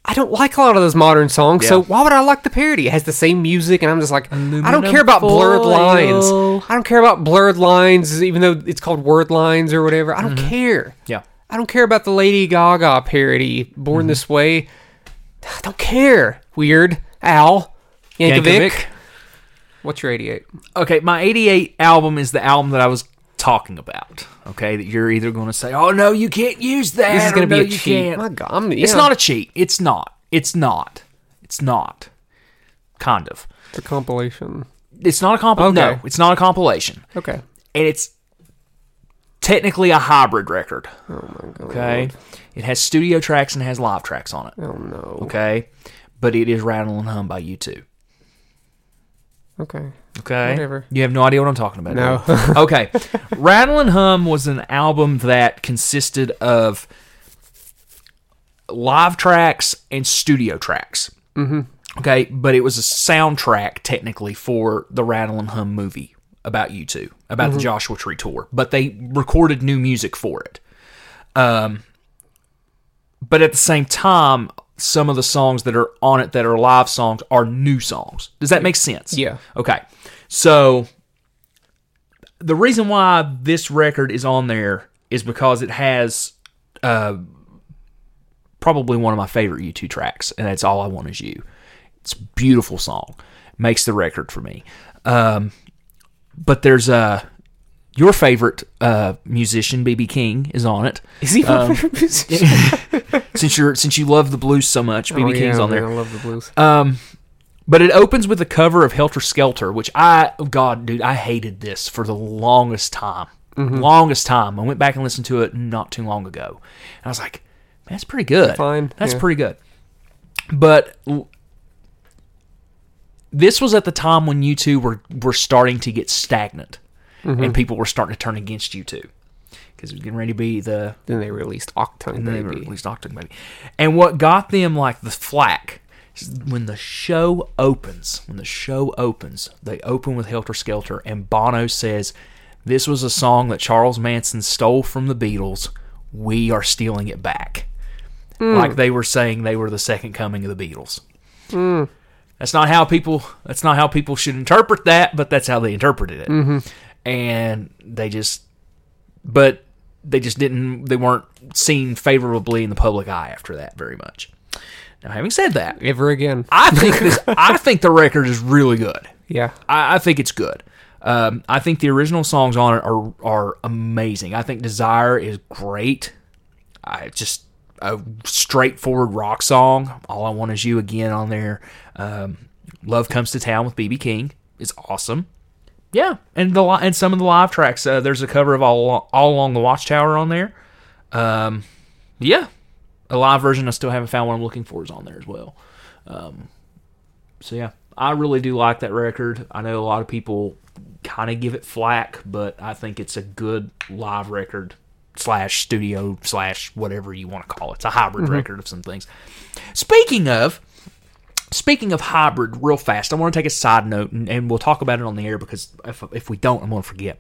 Speaker 2: I don't like a lot of those modern songs. So
Speaker 1: Yeah.
Speaker 2: why would I like the parody? It has the same music, and I'm just like, I don't
Speaker 1: Aluminum
Speaker 2: care about blurred
Speaker 1: foil.
Speaker 2: lines. I don't care about blurred lines, even though it's called word lines or whatever. I don't care.
Speaker 1: Mm-hmm. Yeah. Mm-hmm.
Speaker 2: I don't care about the Lady Gaga parody, Born This Way. I don't care. Weird. Al. Yankovic.
Speaker 1: Yankovic.
Speaker 2: What's your 88?
Speaker 1: Okay, my 88 album is the album that I was talking about. Okay, that you're either going to say, oh, no, you can't use that.
Speaker 2: This is
Speaker 1: going to
Speaker 2: be a
Speaker 1: you
Speaker 2: cheat.
Speaker 1: Can't.
Speaker 2: My God. I'm,
Speaker 1: It's not a cheat. It's not. It's not. It's not. Kind of.
Speaker 2: a compilation.
Speaker 1: It's not a comp. No,
Speaker 2: Okay.
Speaker 1: it's not a compilation.
Speaker 2: Okay.
Speaker 1: and it's technically a hybrid record. Oh my god. Okay. It has studio tracks and has live tracks on it.
Speaker 2: Oh, no.
Speaker 1: Okay. But it is Rattle and Hum by U2.
Speaker 2: Okay.
Speaker 1: Okay.
Speaker 2: Whatever.
Speaker 1: You have no idea what I'm talking about.
Speaker 2: No.
Speaker 1: do you? okay. Rattle and Hum was an album that consisted of live tracks and studio tracks. Mm-hmm. Okay. But it was a soundtrack technically for the Rattle and Hum movie about you two, about the Joshua Tree tour. But they recorded new music for it. Um, but at the same time some of the songs that are on it that are live songs are new songs does that make sense
Speaker 2: Yeah.
Speaker 1: okay so the reason why this record is on there is because it has uh, probably one of my favorite u2 tracks and that's all i want is you it's a beautiful song makes the record for me um, but there's uh, your favorite uh, musician bb king is on it
Speaker 2: Is he um, BB
Speaker 1: since you're since you love the blues so much,
Speaker 2: Oh,
Speaker 1: BB King's on there. Uh,
Speaker 2: I love the blues.
Speaker 1: But it opens with a cover of Helter Skelter, which I oh, God, dude, I hated this for the longest time.
Speaker 2: Mm-hmm.
Speaker 1: Longest time. I went back and listened to it not too long ago, and I was like, "Man, "That's pretty good.
Speaker 2: Fine,
Speaker 1: that's
Speaker 2: yeah.
Speaker 1: pretty good." But l- this was at the time when you two were were starting to get stagnant,
Speaker 2: Mm-hmm.
Speaker 1: and people were starting to turn against you two because it was getting ready to be the
Speaker 2: then they released Octane
Speaker 1: and they were
Speaker 2: Baby.
Speaker 1: at least Octane Baby. And what got them like the flack is when the show opens, when the show opens, they open with Helter Skelter, and Bono says, This was a song that Charles Manson stole from the Beatles. We are stealing it back. Like they were saying they were the second coming of the Beatles. That's not how people. That's not how people should interpret that, but that's how they interpreted it. And they just, but they just didn't. They weren't seen favorably in the public eye after that very much. Now, having said that,
Speaker 2: Ever again.
Speaker 1: I think this. I think the record is really good.
Speaker 2: yeah.
Speaker 1: I, I think it's good. Um, I think the original songs on it are are amazing. I think Desire is great. I just a straightforward rock song. All I want is you again on there. Um, Love comes to town with BB King is awesome. Yeah, and the li- and some of the live tracks. Uh, there's a cover of all Alo- all along the Watchtower on there. Um, yeah, a live version I still haven't found what I'm looking for is on there as well. Um, so yeah, I really do like that record. I know a lot of people kind of give it flack, but I think it's a good live record slash studio slash whatever you want to call it. It's a hybrid record of some things. Speaking of, Speaking of hybrid, real fast, I want to take a side note, and, and we'll talk about it on the air because if, if we don't, I'm going to forget.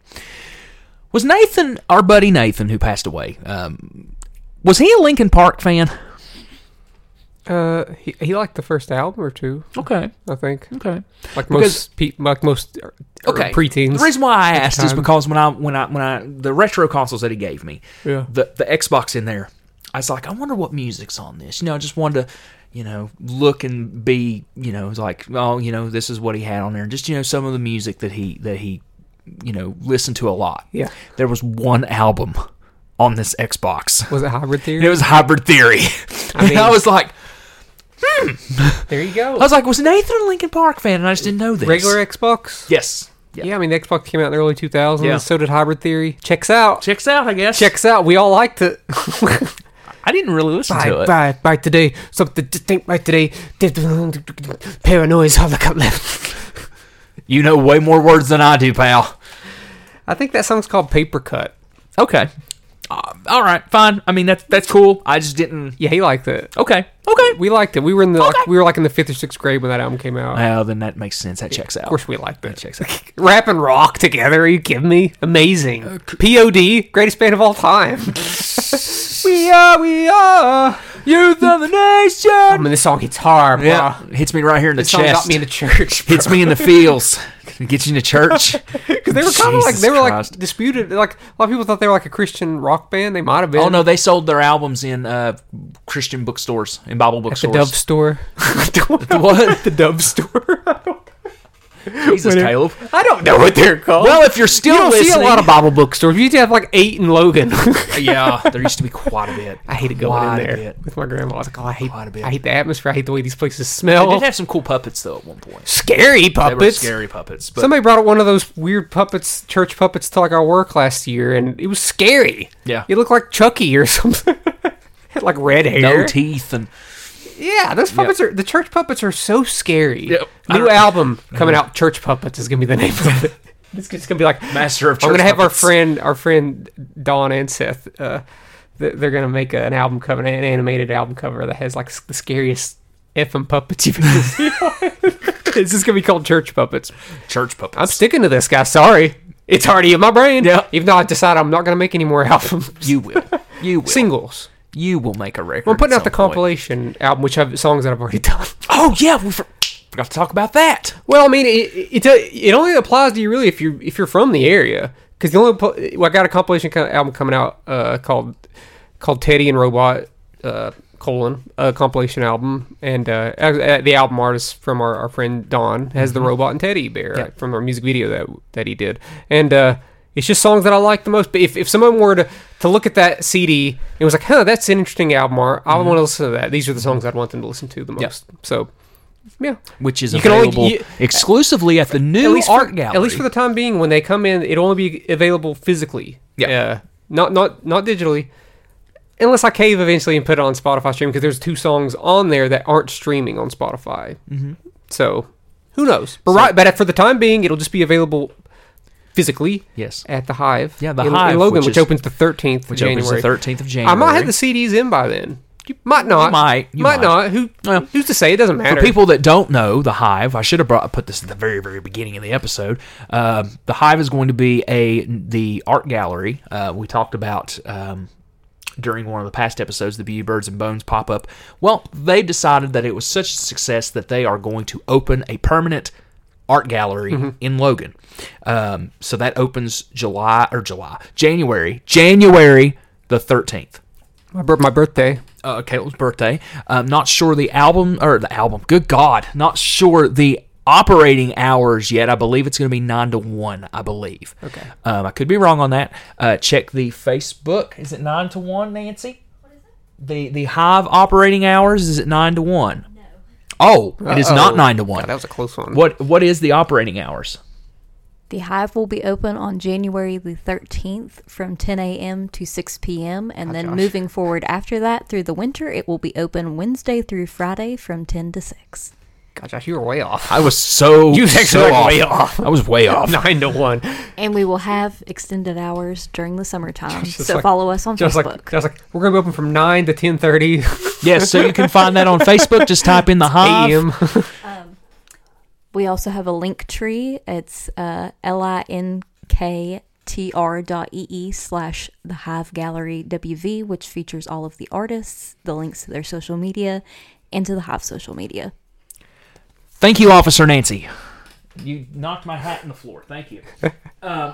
Speaker 1: Was Nathan, our buddy Nathan, who passed away, um, was he a Linkin Park fan?
Speaker 2: Uh, he, he liked the first album or two,
Speaker 1: Okay,
Speaker 2: I think.
Speaker 1: okay,
Speaker 2: Like
Speaker 1: Because-
Speaker 2: most, pe- like most er, er,
Speaker 1: okay.
Speaker 2: preteens.
Speaker 1: The reason why I asked is
Speaker 2: time.
Speaker 1: because when I when I when I the retro consoles that he gave me,
Speaker 2: Yeah.
Speaker 1: the the Xbox in there, I was like, I wonder what music's on this. You know, I just wanted to. You know, look and be. You know, like, oh, you know, this is what he had on there. Just you know, some of the music that he that he, you know, listened to a lot.
Speaker 2: Yeah.
Speaker 1: there was one album on this Xbox.
Speaker 2: was it Hybrid Theory?
Speaker 1: And it was Hybrid Theory. I,
Speaker 2: mean-
Speaker 1: I was like,
Speaker 2: there you
Speaker 1: I
Speaker 2: go.
Speaker 1: was like, was Nathan a Linkin Park fan? And I just didn't know this.
Speaker 2: Regular Xbox.
Speaker 1: Yes.
Speaker 2: Yeah. I mean the Xbox came out in the early 2000s.
Speaker 1: Yeah.
Speaker 2: So did Hybrid Theory. Checks out.
Speaker 1: Checks out, I guess.
Speaker 2: Checks out. We all liked it.
Speaker 1: I didn't really listen to
Speaker 2: bye,
Speaker 1: it.
Speaker 2: bye, bye today. Something distinct by today. Paranoia's all I got left.
Speaker 1: You know way more words than I do, pal.
Speaker 2: I think that song's called Paper Cut.
Speaker 1: Okay. Uh, all right, fine. I mean, that's that's cool. I just didn't.
Speaker 2: Yeah, he liked it.
Speaker 1: Okay. Okay.
Speaker 2: We liked it. We were in the like,
Speaker 1: Okay.
Speaker 2: we were like in the fifth or sixth grade when that album came out.
Speaker 1: Well, then that makes sense. That checks out.
Speaker 2: Of course, we liked that. Checks out. Rap and rock together. Are you kidding me? Amazing. P.O.D. Greatest band of all time. we are. We are.
Speaker 1: Youth of the
Speaker 2: I
Speaker 1: nation.
Speaker 2: mean, this song hits hard.
Speaker 1: Yeah,
Speaker 2: bruh.
Speaker 1: hits me right here in Um, the
Speaker 2: This song got
Speaker 1: chest.
Speaker 2: me in the church.
Speaker 1: hits me in the feels. Gets you in the church.
Speaker 2: Because they were kind of like
Speaker 1: Jesus
Speaker 2: they were
Speaker 1: Christ.
Speaker 2: like disputed. Like a lot of people thought they were like a Christian rock band. They might have been.
Speaker 1: Oh no, they sold their albums in uh, Christian bookstores and Bible
Speaker 2: the
Speaker 1: bookstores.
Speaker 2: Dove Store.
Speaker 1: What?
Speaker 2: the Dove Store.
Speaker 1: Jesus,
Speaker 2: Whatever.
Speaker 1: Caleb.
Speaker 2: I don't know what they're called.
Speaker 1: Well, if you're
Speaker 2: you
Speaker 1: still
Speaker 2: don't
Speaker 1: listening,
Speaker 2: see a lot of Bible bookstores. You used to have like eight in Logan.
Speaker 1: yeah, there used to be quite a bit.
Speaker 2: I hated going
Speaker 1: quite
Speaker 2: in
Speaker 1: A
Speaker 2: there
Speaker 1: bit.
Speaker 2: with my grandma. I was like, oh, I hate,
Speaker 1: Quite a bit.
Speaker 2: I hate the atmosphere. I hate the way these places
Speaker 1: They
Speaker 2: smell.
Speaker 1: did have some cool puppets though at one point.
Speaker 2: scary
Speaker 1: They were
Speaker 2: puppets.
Speaker 1: scary Oh. puppets, but
Speaker 2: Somebody brought one of those weird puppets, church puppets, to like our work last year, and it was scary.
Speaker 1: Yeah.
Speaker 2: it looked like Chucky or something. Had like red hair.
Speaker 1: no teeth and
Speaker 2: Yeah, those puppets are the church puppets are so scary.
Speaker 1: Yep. I
Speaker 2: New
Speaker 1: don't-
Speaker 2: album coming out, Church Puppets is gonna be the name of it. It's just gonna be like
Speaker 1: master of. Church
Speaker 2: I'm gonna have our
Speaker 1: puppets.
Speaker 2: friend, our friend Don and Seth. Uh, th- they're gonna make an album cover, an animated album cover that has like s- the scariest effing puppets you've ever seen. it's just gonna be called Church Puppets.
Speaker 1: church
Speaker 2: I'm
Speaker 1: puppets.
Speaker 2: sticking to this guy. Sorry, it's already in my brain.
Speaker 1: Yeah.
Speaker 2: even though I decided I'm not gonna make any more albums,
Speaker 1: you will. You will.
Speaker 2: singles.
Speaker 1: You will make a record.
Speaker 2: We're putting
Speaker 1: at
Speaker 2: out the
Speaker 1: some point.
Speaker 2: compilation album, which have songs that I've already done.
Speaker 1: Oh yeah, we for- forgot to talk about that.
Speaker 2: Well, I mean, it, it it only applies to you really if you if you're from the area. Because the only pl- well, I got a compilation co- album coming out uh, called called Teddy and Robot uh, colon a compilation album, and uh, uh, the album artist from our, our friend Don has the robot and teddy bear
Speaker 1: Mm-hmm. Yeah.
Speaker 2: right, from our music video that that he did, and uh, it's just songs that I like the most. But if, if someone were to to look at that CD and was like, "Huh, that's an interesting album art. I want to listen to that." These are the songs I'd want them to listen to the
Speaker 1: Mm-hmm. Yeah.
Speaker 2: most. So, yeah
Speaker 1: Which is
Speaker 2: You can only-
Speaker 1: available
Speaker 2: you-
Speaker 1: exclusively at the new
Speaker 2: at least
Speaker 1: art
Speaker 2: for,
Speaker 1: gallery.
Speaker 2: At least for the time being, when they come in, it'll only be available physically.
Speaker 1: Yeah.
Speaker 2: Uh, not not not digitally. Unless I cave eventually and put it on Spotify stream because there's two songs on there that aren't streaming on Spotify. Mm-hmm. So who knows? But right, but for the time being, it'll just be available physically
Speaker 1: yes,
Speaker 2: at the Hive.
Speaker 1: Yeah, the
Speaker 2: in, in
Speaker 1: Hive,
Speaker 2: Logan,
Speaker 1: which
Speaker 2: which,
Speaker 1: is-
Speaker 2: opens the 13th
Speaker 1: which
Speaker 2: of January.
Speaker 1: opens the thirteenth of
Speaker 2: I
Speaker 1: January.
Speaker 2: might have the CDs in by then. You might not.
Speaker 1: might. You might.
Speaker 2: not. Who?
Speaker 1: Well,
Speaker 2: who's to say? It doesn't matter.
Speaker 1: For people that don't know, the Hive, I should have brought put this at the very very beginning of the episode. Um, the Hive is going to be a the art gallery uh, we talked about um, during one of the past episodes. The Beauty Birds and Bones pop up. Well, they decided that it was such a success that they are going to open a permanent art gallery in Logan. Um, so that opens July or July January January the thirteenth
Speaker 2: My, bir- my birthday.
Speaker 1: uh, Caleb's birthday. Um, not sure the album or the album. Good God, not sure the operating hours yet. I believe it's going to be nine to one. I believe. Okay. Um, I could be wrong on that. Uh, check the Facebook. Is it nine to one, Nancy? The the Hive operating hours is it nine to one? No. Oh, it is not
Speaker 2: Uh-oh.
Speaker 1: nine to one.
Speaker 2: God, Oh, that was a close one.
Speaker 1: what what is the operating hours?
Speaker 4: The Hive will be open on January the 13th from 10 a.m. to 6 p.m. And then moving forward after that through the winter, it will be open Wednesday through Friday from 10 to 6.
Speaker 2: God, Josh, you were way off.
Speaker 1: I was so
Speaker 2: You was actually,
Speaker 1: so
Speaker 2: like, way off.
Speaker 1: I was way off.
Speaker 2: Nine to one.
Speaker 4: And we will have extended hours during the summertime.
Speaker 2: Just
Speaker 4: So
Speaker 2: like-
Speaker 4: follow us on
Speaker 2: Just
Speaker 4: Facebook.
Speaker 2: like, just like we're gonna be open from nine to ten thirty
Speaker 1: Yes, so you can find that on Facebook. Just type in the Hive.
Speaker 2: a.m.
Speaker 4: we also have a link tree. It's uh, L I N K T R dot E E slash the Hive Gallery WV, which features all of the artists, the links to their social media, and to the Hive social media.
Speaker 1: Thank you, Officer Nancy. You knocked my hat in the floor. Thank you. Uh,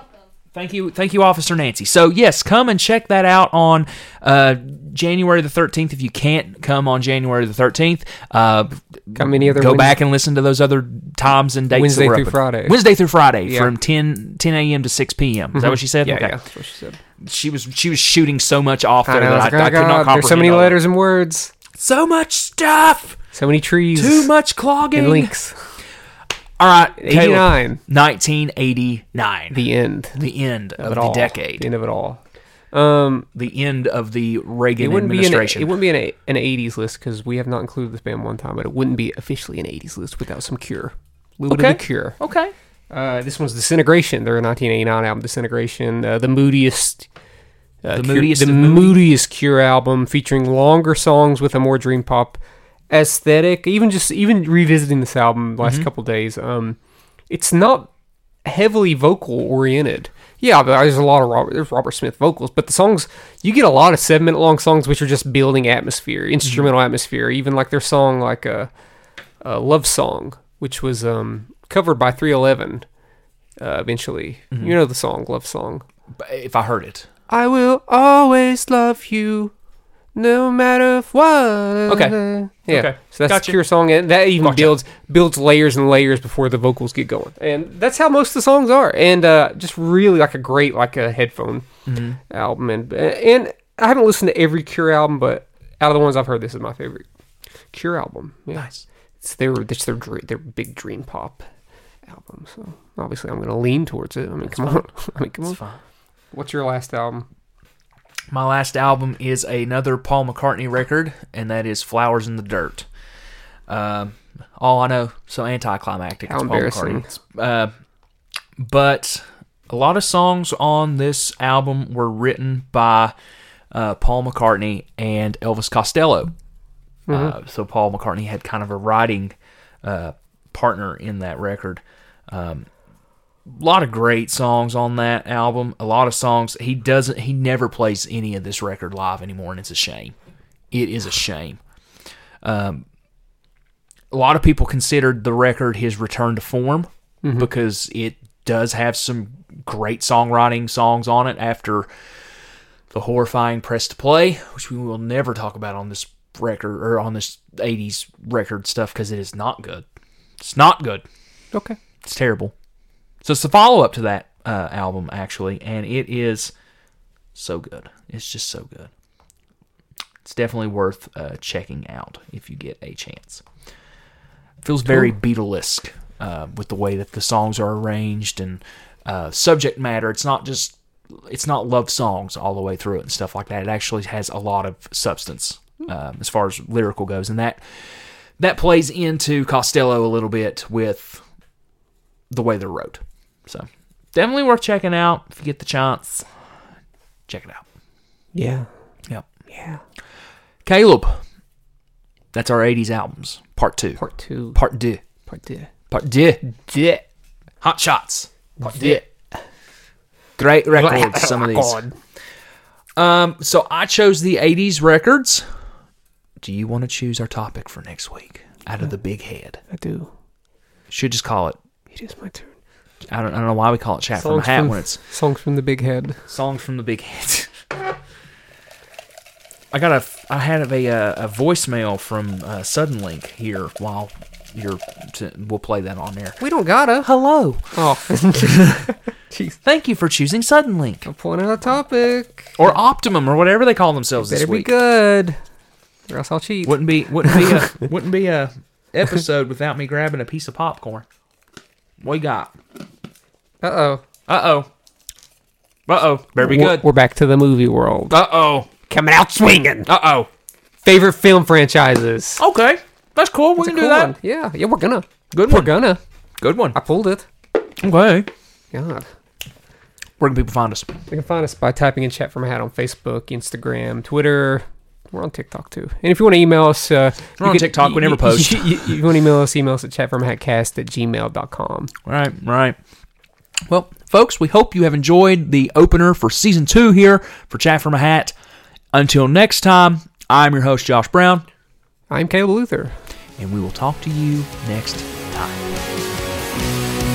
Speaker 1: thank you, thank you, Officer Nancy. So yes, come and check that out on uh, January the thirteenth. If you can't come on January the thirteenth, uh,
Speaker 2: Come any other
Speaker 1: go
Speaker 2: Wednes-
Speaker 1: back and listen to those other times and dates.
Speaker 2: Wednesday
Speaker 1: that were
Speaker 2: through
Speaker 1: up.
Speaker 2: Friday.
Speaker 1: Wednesday through Friday
Speaker 2: Yeah. Mm-hmm.
Speaker 1: from 10, 10 a.m. to six p.m. Is that what she said?
Speaker 2: Yeah,
Speaker 1: okay.
Speaker 2: yeah, that's what she said.
Speaker 1: She was she was shooting so much off
Speaker 2: I
Speaker 1: there
Speaker 2: know. I was
Speaker 1: that
Speaker 2: like,
Speaker 1: I, I
Speaker 2: oh,
Speaker 1: could not
Speaker 2: God,
Speaker 1: comprehend.
Speaker 2: there's so many
Speaker 1: all of it.
Speaker 2: letters and words,
Speaker 1: So much stuff.
Speaker 2: so many trees,
Speaker 1: Too much clogging.
Speaker 2: and links.
Speaker 1: All right,
Speaker 2: Eighty
Speaker 1: Caleb.
Speaker 2: nine.
Speaker 1: 1989. The,
Speaker 2: The end
Speaker 1: end of,
Speaker 2: of it
Speaker 1: the
Speaker 2: all.
Speaker 1: decade.
Speaker 2: The end of it all. Um,
Speaker 1: the end of the
Speaker 2: it
Speaker 1: Reagan
Speaker 2: wouldn't be an
Speaker 1: administration.
Speaker 2: it wouldn't be an, an 80s list because we have not included this band one time, but it wouldn't be officially an 80s list without some Cure, a little bit
Speaker 1: Okay.
Speaker 2: of Cure.
Speaker 1: okay.
Speaker 2: Uh, this one's Disintegration, their 1989 album Disintegration, uh, the moodiest. Uh,
Speaker 1: The
Speaker 2: Cure-
Speaker 1: moodiest
Speaker 2: the
Speaker 1: of moody.
Speaker 2: moodiest Cure album, featuring longer songs with a more dream pop aesthetic. Even just even revisiting this album the last
Speaker 1: Mm-hmm.
Speaker 2: couple days, um, it's not heavily vocal oriented. Yeah, but there's a lot of Robert, there's Robert Smith vocals, but the songs you get a lot of seven minute long songs which are just building atmosphere,
Speaker 1: Mm-hmm.
Speaker 2: instrumental atmosphere. Even like their song like a, uh love song, which was um, covered by Three Eleven. Uh, eventually, you know the song love song.
Speaker 1: But If I heard it.
Speaker 2: I will always love you, no matter what. Okay. Yeah.
Speaker 1: Okay.
Speaker 2: So that's
Speaker 1: Gotcha.
Speaker 2: the Cure song, and that even
Speaker 1: Gotcha.
Speaker 2: builds builds layers and layers before the vocals get going, and that's how most of the songs are. And uh, just really like a great like a headphone album, and and I haven't listened to every Cure album, but out of the ones I've heard, this is my favorite Cure album. Yeah.
Speaker 1: Nice.
Speaker 2: It's their it's their dr- their big dream pop album. So obviously, I'm going to lean towards it. I mean, come on. I mean, come on.
Speaker 1: It's fine.
Speaker 2: What's your last album?
Speaker 1: My last album is another Paul McCartney record, and that is Flowers in the Dirt. Um, all I know, so anticlimactic.
Speaker 2: How
Speaker 1: It's Paul
Speaker 2: embarrassing.
Speaker 1: McCartney. It's, uh, but a lot of songs on this album were written by uh, Paul McCartney and Elvis Costello.
Speaker 2: Mm-hmm.
Speaker 1: Uh, so Paul McCartney had kind of a writing uh, partner in that record. Um, a lot of great songs on that album. A lot of songs he doesn't. He never plays any of this record live anymore, and it's a shame. It is a shame. Um, a lot of people considered the record his return to form because it does have some great songwriting songs on it after the horrifying press to play, which we will never talk about on this record or on this 80s record stuff because it is not good. It's not good.
Speaker 2: Okay.
Speaker 1: It's terrible. So it's the follow up to that uh, album, actually, and it is so good. It's just so good. It's definitely worth uh, checking out if you get a chance. Feels very Beatlesque uh, with the way that the songs are arranged and uh, subject matter. It's not just it's not love songs all the way through it and stuff like that. It actually has a lot of substance uh, as far as lyrical goes, and that that plays into Costello a little bit with the way they're wrote. So definitely worth checking out if you get the chance. Check it out.
Speaker 2: Yeah.
Speaker 1: Yep.
Speaker 2: Yeah.
Speaker 1: Caleb, that's our 80s albums, part two. Part,
Speaker 2: Part two.
Speaker 1: deux.
Speaker 2: Part two.
Speaker 1: Part deux. deux. Hot shots. Part deux. Great records, some of these.
Speaker 2: God.
Speaker 1: Um, so I chose the 80s records. Do you want to choose our topic for next week out of the big head?
Speaker 2: I do.
Speaker 1: Should just call it,
Speaker 2: It is my turn.
Speaker 1: I don't, I don't know why we call it chat from a hat when it's
Speaker 2: songs from the big head.
Speaker 1: songs from the big hit. I got a, I had a uh, a voicemail from uh, Suddenlink here while you're, t- we'll play that on there.
Speaker 2: We don't gotta.
Speaker 1: Hello,
Speaker 2: Oh. Jeez.
Speaker 1: thank you for choosing Suddenlink
Speaker 2: I'm pulling out a topic.
Speaker 1: or Optimum or whatever they call themselves
Speaker 2: Better
Speaker 1: this
Speaker 2: be
Speaker 1: week.
Speaker 2: good. Or else I'll cheat.
Speaker 1: Wouldn't be wouldn't be a wouldn't be a episode without me grabbing a piece of popcorn. What you got?
Speaker 2: Uh oh.
Speaker 1: Uh oh. Uh oh. Better be good.
Speaker 2: We're back to the movie world.
Speaker 1: Uh oh.
Speaker 2: Coming out swinging.
Speaker 1: Uh oh.
Speaker 2: Favorite film franchises.
Speaker 1: Okay. That's cool. We
Speaker 2: It's a
Speaker 1: can do
Speaker 2: cool
Speaker 1: that.
Speaker 2: one. Yeah, yeah, we're gonna.
Speaker 1: Good
Speaker 2: We're
Speaker 1: one.
Speaker 2: gonna.
Speaker 1: Good one.
Speaker 2: I pulled it.
Speaker 1: Okay.
Speaker 2: God.
Speaker 1: Where can people find us?
Speaker 2: You can find us by typing in chat from a hat on Facebook, Instagram, Twitter. We're on TikTok too. And if you want to email us, uh,
Speaker 1: We're
Speaker 2: you
Speaker 1: on TikTok. We never
Speaker 2: you-
Speaker 1: post.
Speaker 2: You, you- you want to email us, email us at chatfromhatcast at gmail.com.
Speaker 1: Right, right. Well, folks, we hope you have enjoyed the opener for season two here for Chat from a Hat. Until next time, I'm your host, Josh Brown,
Speaker 2: I'm Caleb Luther.
Speaker 1: and we will talk to you next time.